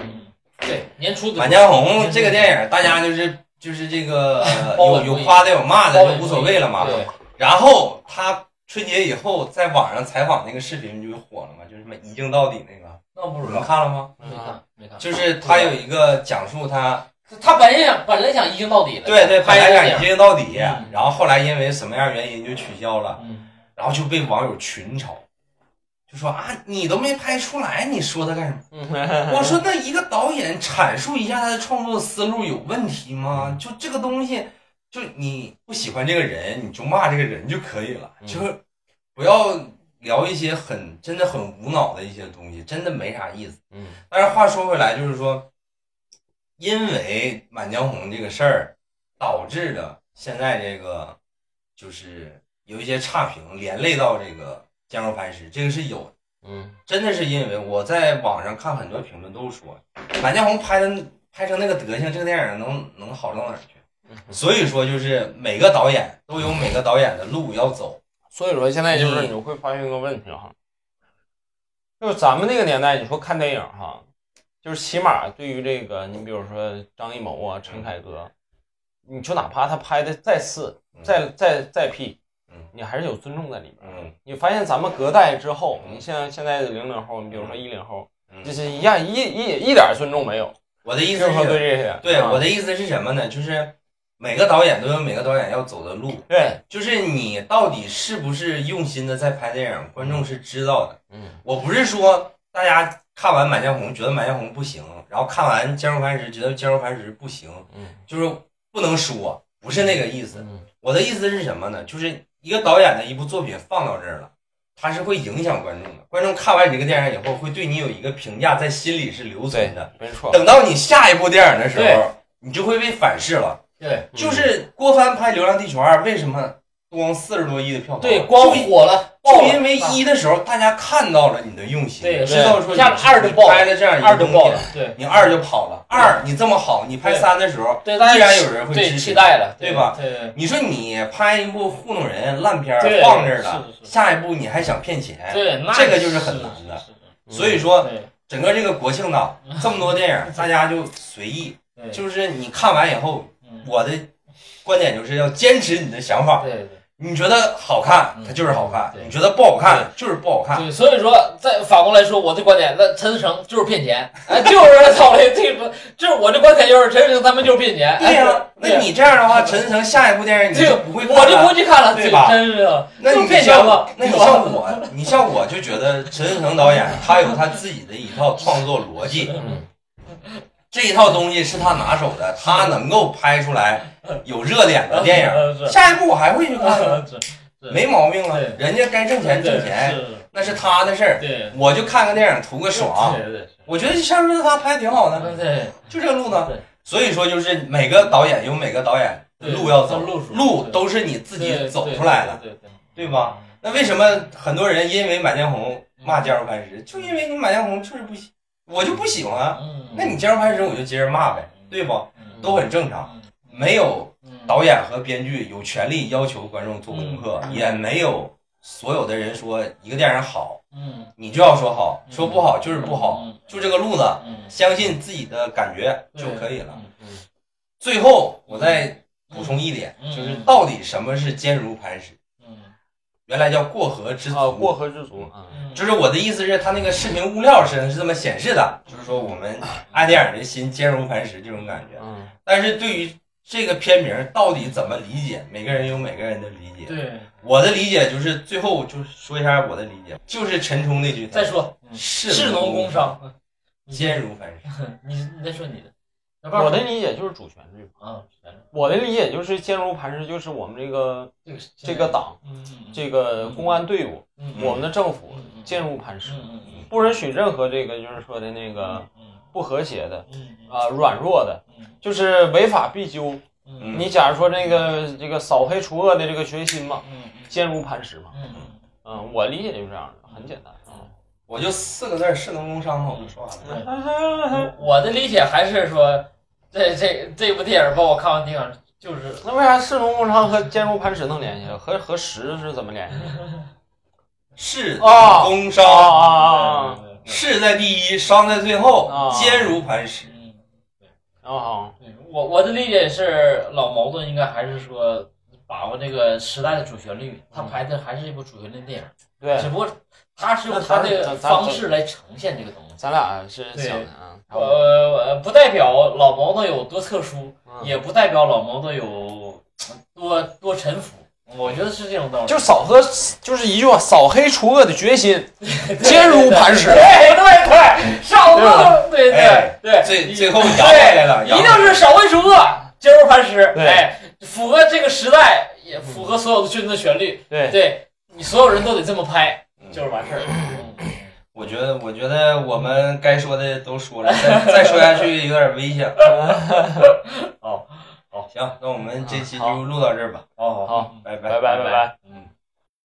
对，年初
《
的
满江红》这个电影，大家就是就是这个
包
有
文
有
不一
夸的有骂
包
的
文
就
不
无所谓了嘛。
对，
然后他春节以后在网上采访那个视频就火了嘛，就是什么一镜到底那个，
那不
你
知
们
道，
看了吗？
没看没看。
就是他有一个讲述他
他本来想本来想一镜到底了，
对对，本
拍一
来
个
想一
电影
镜到底，
嗯
然后后来因为什么样原因就取消了，
嗯，
然后就被网友群嘲。就说啊，你都没拍出来，你说他干什么？
嗯，
我说那一个导演阐述一下他的创作思路有问题
嗯
吗？就这个东西，就你不喜欢这个人，你就骂这个人就可以了，
嗯
就是不要聊一些很真的很无脑的一些东西，真的没啥意思。
嗯，
但是话说回来，就是说，因为《满江红》这个事儿，导致的现在这个就是有一些差评连累到这个《坚如磐石》，这个是有的
嗯
真的是因为我在网上看很多评论都说，满江红拍的拍成那个德行，这个电影能能好到哪儿去？所以说，就是每个导演都有每个导演的路要走。
所以说现在就是你会发现一个问题哈，就是咱们那个年代，你说看电影哈，就是起码对于这个，你比如说张艺谋啊、陈凯歌，你就哪怕他拍的再次、
嗯
再再再屁
嗯，
你还是有尊重在里面。
嗯
你发现咱们隔代之后，
嗯
你像现在的零零后，你比如说一零后，就
嗯，
是一样一一一点尊重没有，
我的意思
就是说对
是，
这些，
对
啊
我的意思是什么呢？就是每个导演都有每个导演要走的路，
对，
就是你到底是不是用心的在拍电影，观众是知道的。
嗯
我不是说大家看完《满江红》觉得《满江红》不行，然后看完《坚如磐石》觉得《坚如磐石》不行，
嗯
就是不能说，不是那个意思。
嗯
我的意思是什么呢？就是一个导演的一部作品放到这儿了，它是会影响观众的。观众看完你这个电影以后，会对你有一个评价，在心里是留
对
存的。，
没错，
等到你下一部电影的时
对
候，你就会被反噬了。
对嗯
就是郭帆拍《流浪地球二》，为什么光四十多亿的票房？
对，光
就
火了，爆
就
了
因为
啊
一的时候，大家看到了你的用心，
对
知道说
一下
你
子二就
你
爆了
拍了这样一
二
个
就
东
爆
西
了，，对
你二就跑了。二你这么好，你拍
对
三的时候，
对，大家
依然有人会
对
支持
期待了，
对吧
对
你说你拍一部糊弄人烂片儿
对
放这儿了，
是是是
下一步你还想骗钱，
对，嗯那
这个就是很难的
是。是
嗯
所以说
对
整个这个国庆档这么多电影，大家就随意，
对，
就是你看完以后，
嗯
我的观点就是要坚持你的想法，
对对。
你觉得好看
嗯
它就是好看，
对
你觉得不好看就是不好看。
对，所以说，在反过来说，我的观点，那陈思诚就是骗钱，哎，就是操这这不，就是我的观点就是陈思诚他们就是骗钱，
对
哎
呀，那你这样的话，陈思诚下一部电影你
对
就不会看
我就
了
不。去看了，
对吧
真是的，
那
就
你
是骗钱
像
了，
那你
对吧
像我， 你像我就觉得陈思诚导演他有他自己的一套创作逻辑，
嗯
这一套东西是他拿手的，他能够拍出来有热点的电影。
是
下一步我还会去看的，
是是
没毛病啊
对。
人家该挣钱挣钱，
是
那是他的事儿。
对，
我就看个电影图个爽。
对对
我觉得夏润他拍挺好的，
对对，
就这个路呢
对。
所以说，就是每个导演有每个导演的路要走，
路数
路都是你自己走出来的，
对对
对吧？那为什么很多人因为《满江红》骂《坚如磐石》，就因为你《满江红》就是不行，我就不喜欢。啊
嗯，
那你接着拍时我就接着骂呗，对不？
嗯
都很正常。没有
嗯
导演和编剧有权利要求观众做功课，
嗯
也没有所有的人说一个电影好，
嗯
你就要说好，
嗯
说不好就是不好，
嗯
就这个路子，
嗯
相信自己的感觉就可以了。。
嗯
最后我再补充一点，
嗯
就是到底什么是坚如磐石？
嗯
原来叫过河之
啊，
卒，
过河之卒啊，
嗯，
就是我的意思是，他那个视频物料上是这么显示的，就是说我们按电影的心坚如磐石这种感觉。
嗯，
但是对于这个片名到底怎么理解，每个人有每个人的理解。
对，
我的理解就是，最后就是说一下我的理解，就是陈冲那句，
再说嗯
士
士农工，商，
坚如磐 石。
你你再说你的，
我的理解就是主旋律。
啊，
嗯我的理解就是坚如磐石，就是我们这个
这个
这个党、
嗯嗯
这个公安队伍、我们的政府
嗯
坚如磐石，
嗯嗯
不允许任何这个就是说的那个
嗯
不和谐的
嗯
啊、软弱的，就是违法必究。
嗯
你假如说这个这个扫黑除恶的这个决心嘛，
嗯
坚如磐石嘛。
嗯
嗯，我理解就是这样的，很简单啊。
我就四个字儿，士农工商嘛，我就说完了。
嗯，我的理解还是说，这这这部电影包括看完电影就是
那为啥士农工商和坚如磐石能联系了？和和石是怎么联系 的？
士
啊
农
哦
工
啊
商，
啊啊
士在第一，商在最后
啊，
坚如磐石。
嗯。
啊！啊
对我我的理解是，老毛子应该还是说把握这个时代的主旋律，他拍的还是一部主旋律电影，
嗯对
只，不过他是用他
那
的
咱咱
方式来呈现这个东西。
咱俩是想的啊。差不多
呃，不代表老毛子有多特殊，
嗯
也不代表老毛子有多多臣服，我觉得是这种道理。
就扫和就是一句话，扫黑除恶的决心，坚如磐石
对。对对，少恶，对对
哎
对，
最最后摇回来了，
一
摇回
定
来了
是少为除恶，坚如磐石，
对
哎，符合这个时代，也符合所有的军的旋律，
对，
对你所有人都得这么拍，就是完事儿。嗯
我觉得，我觉得我们该说 的都说了，再再说下去有点危险。
好，
行，那我们这期就录到这儿吧，
嗯好
哦好，
拜拜
拜拜拜拜。
嗯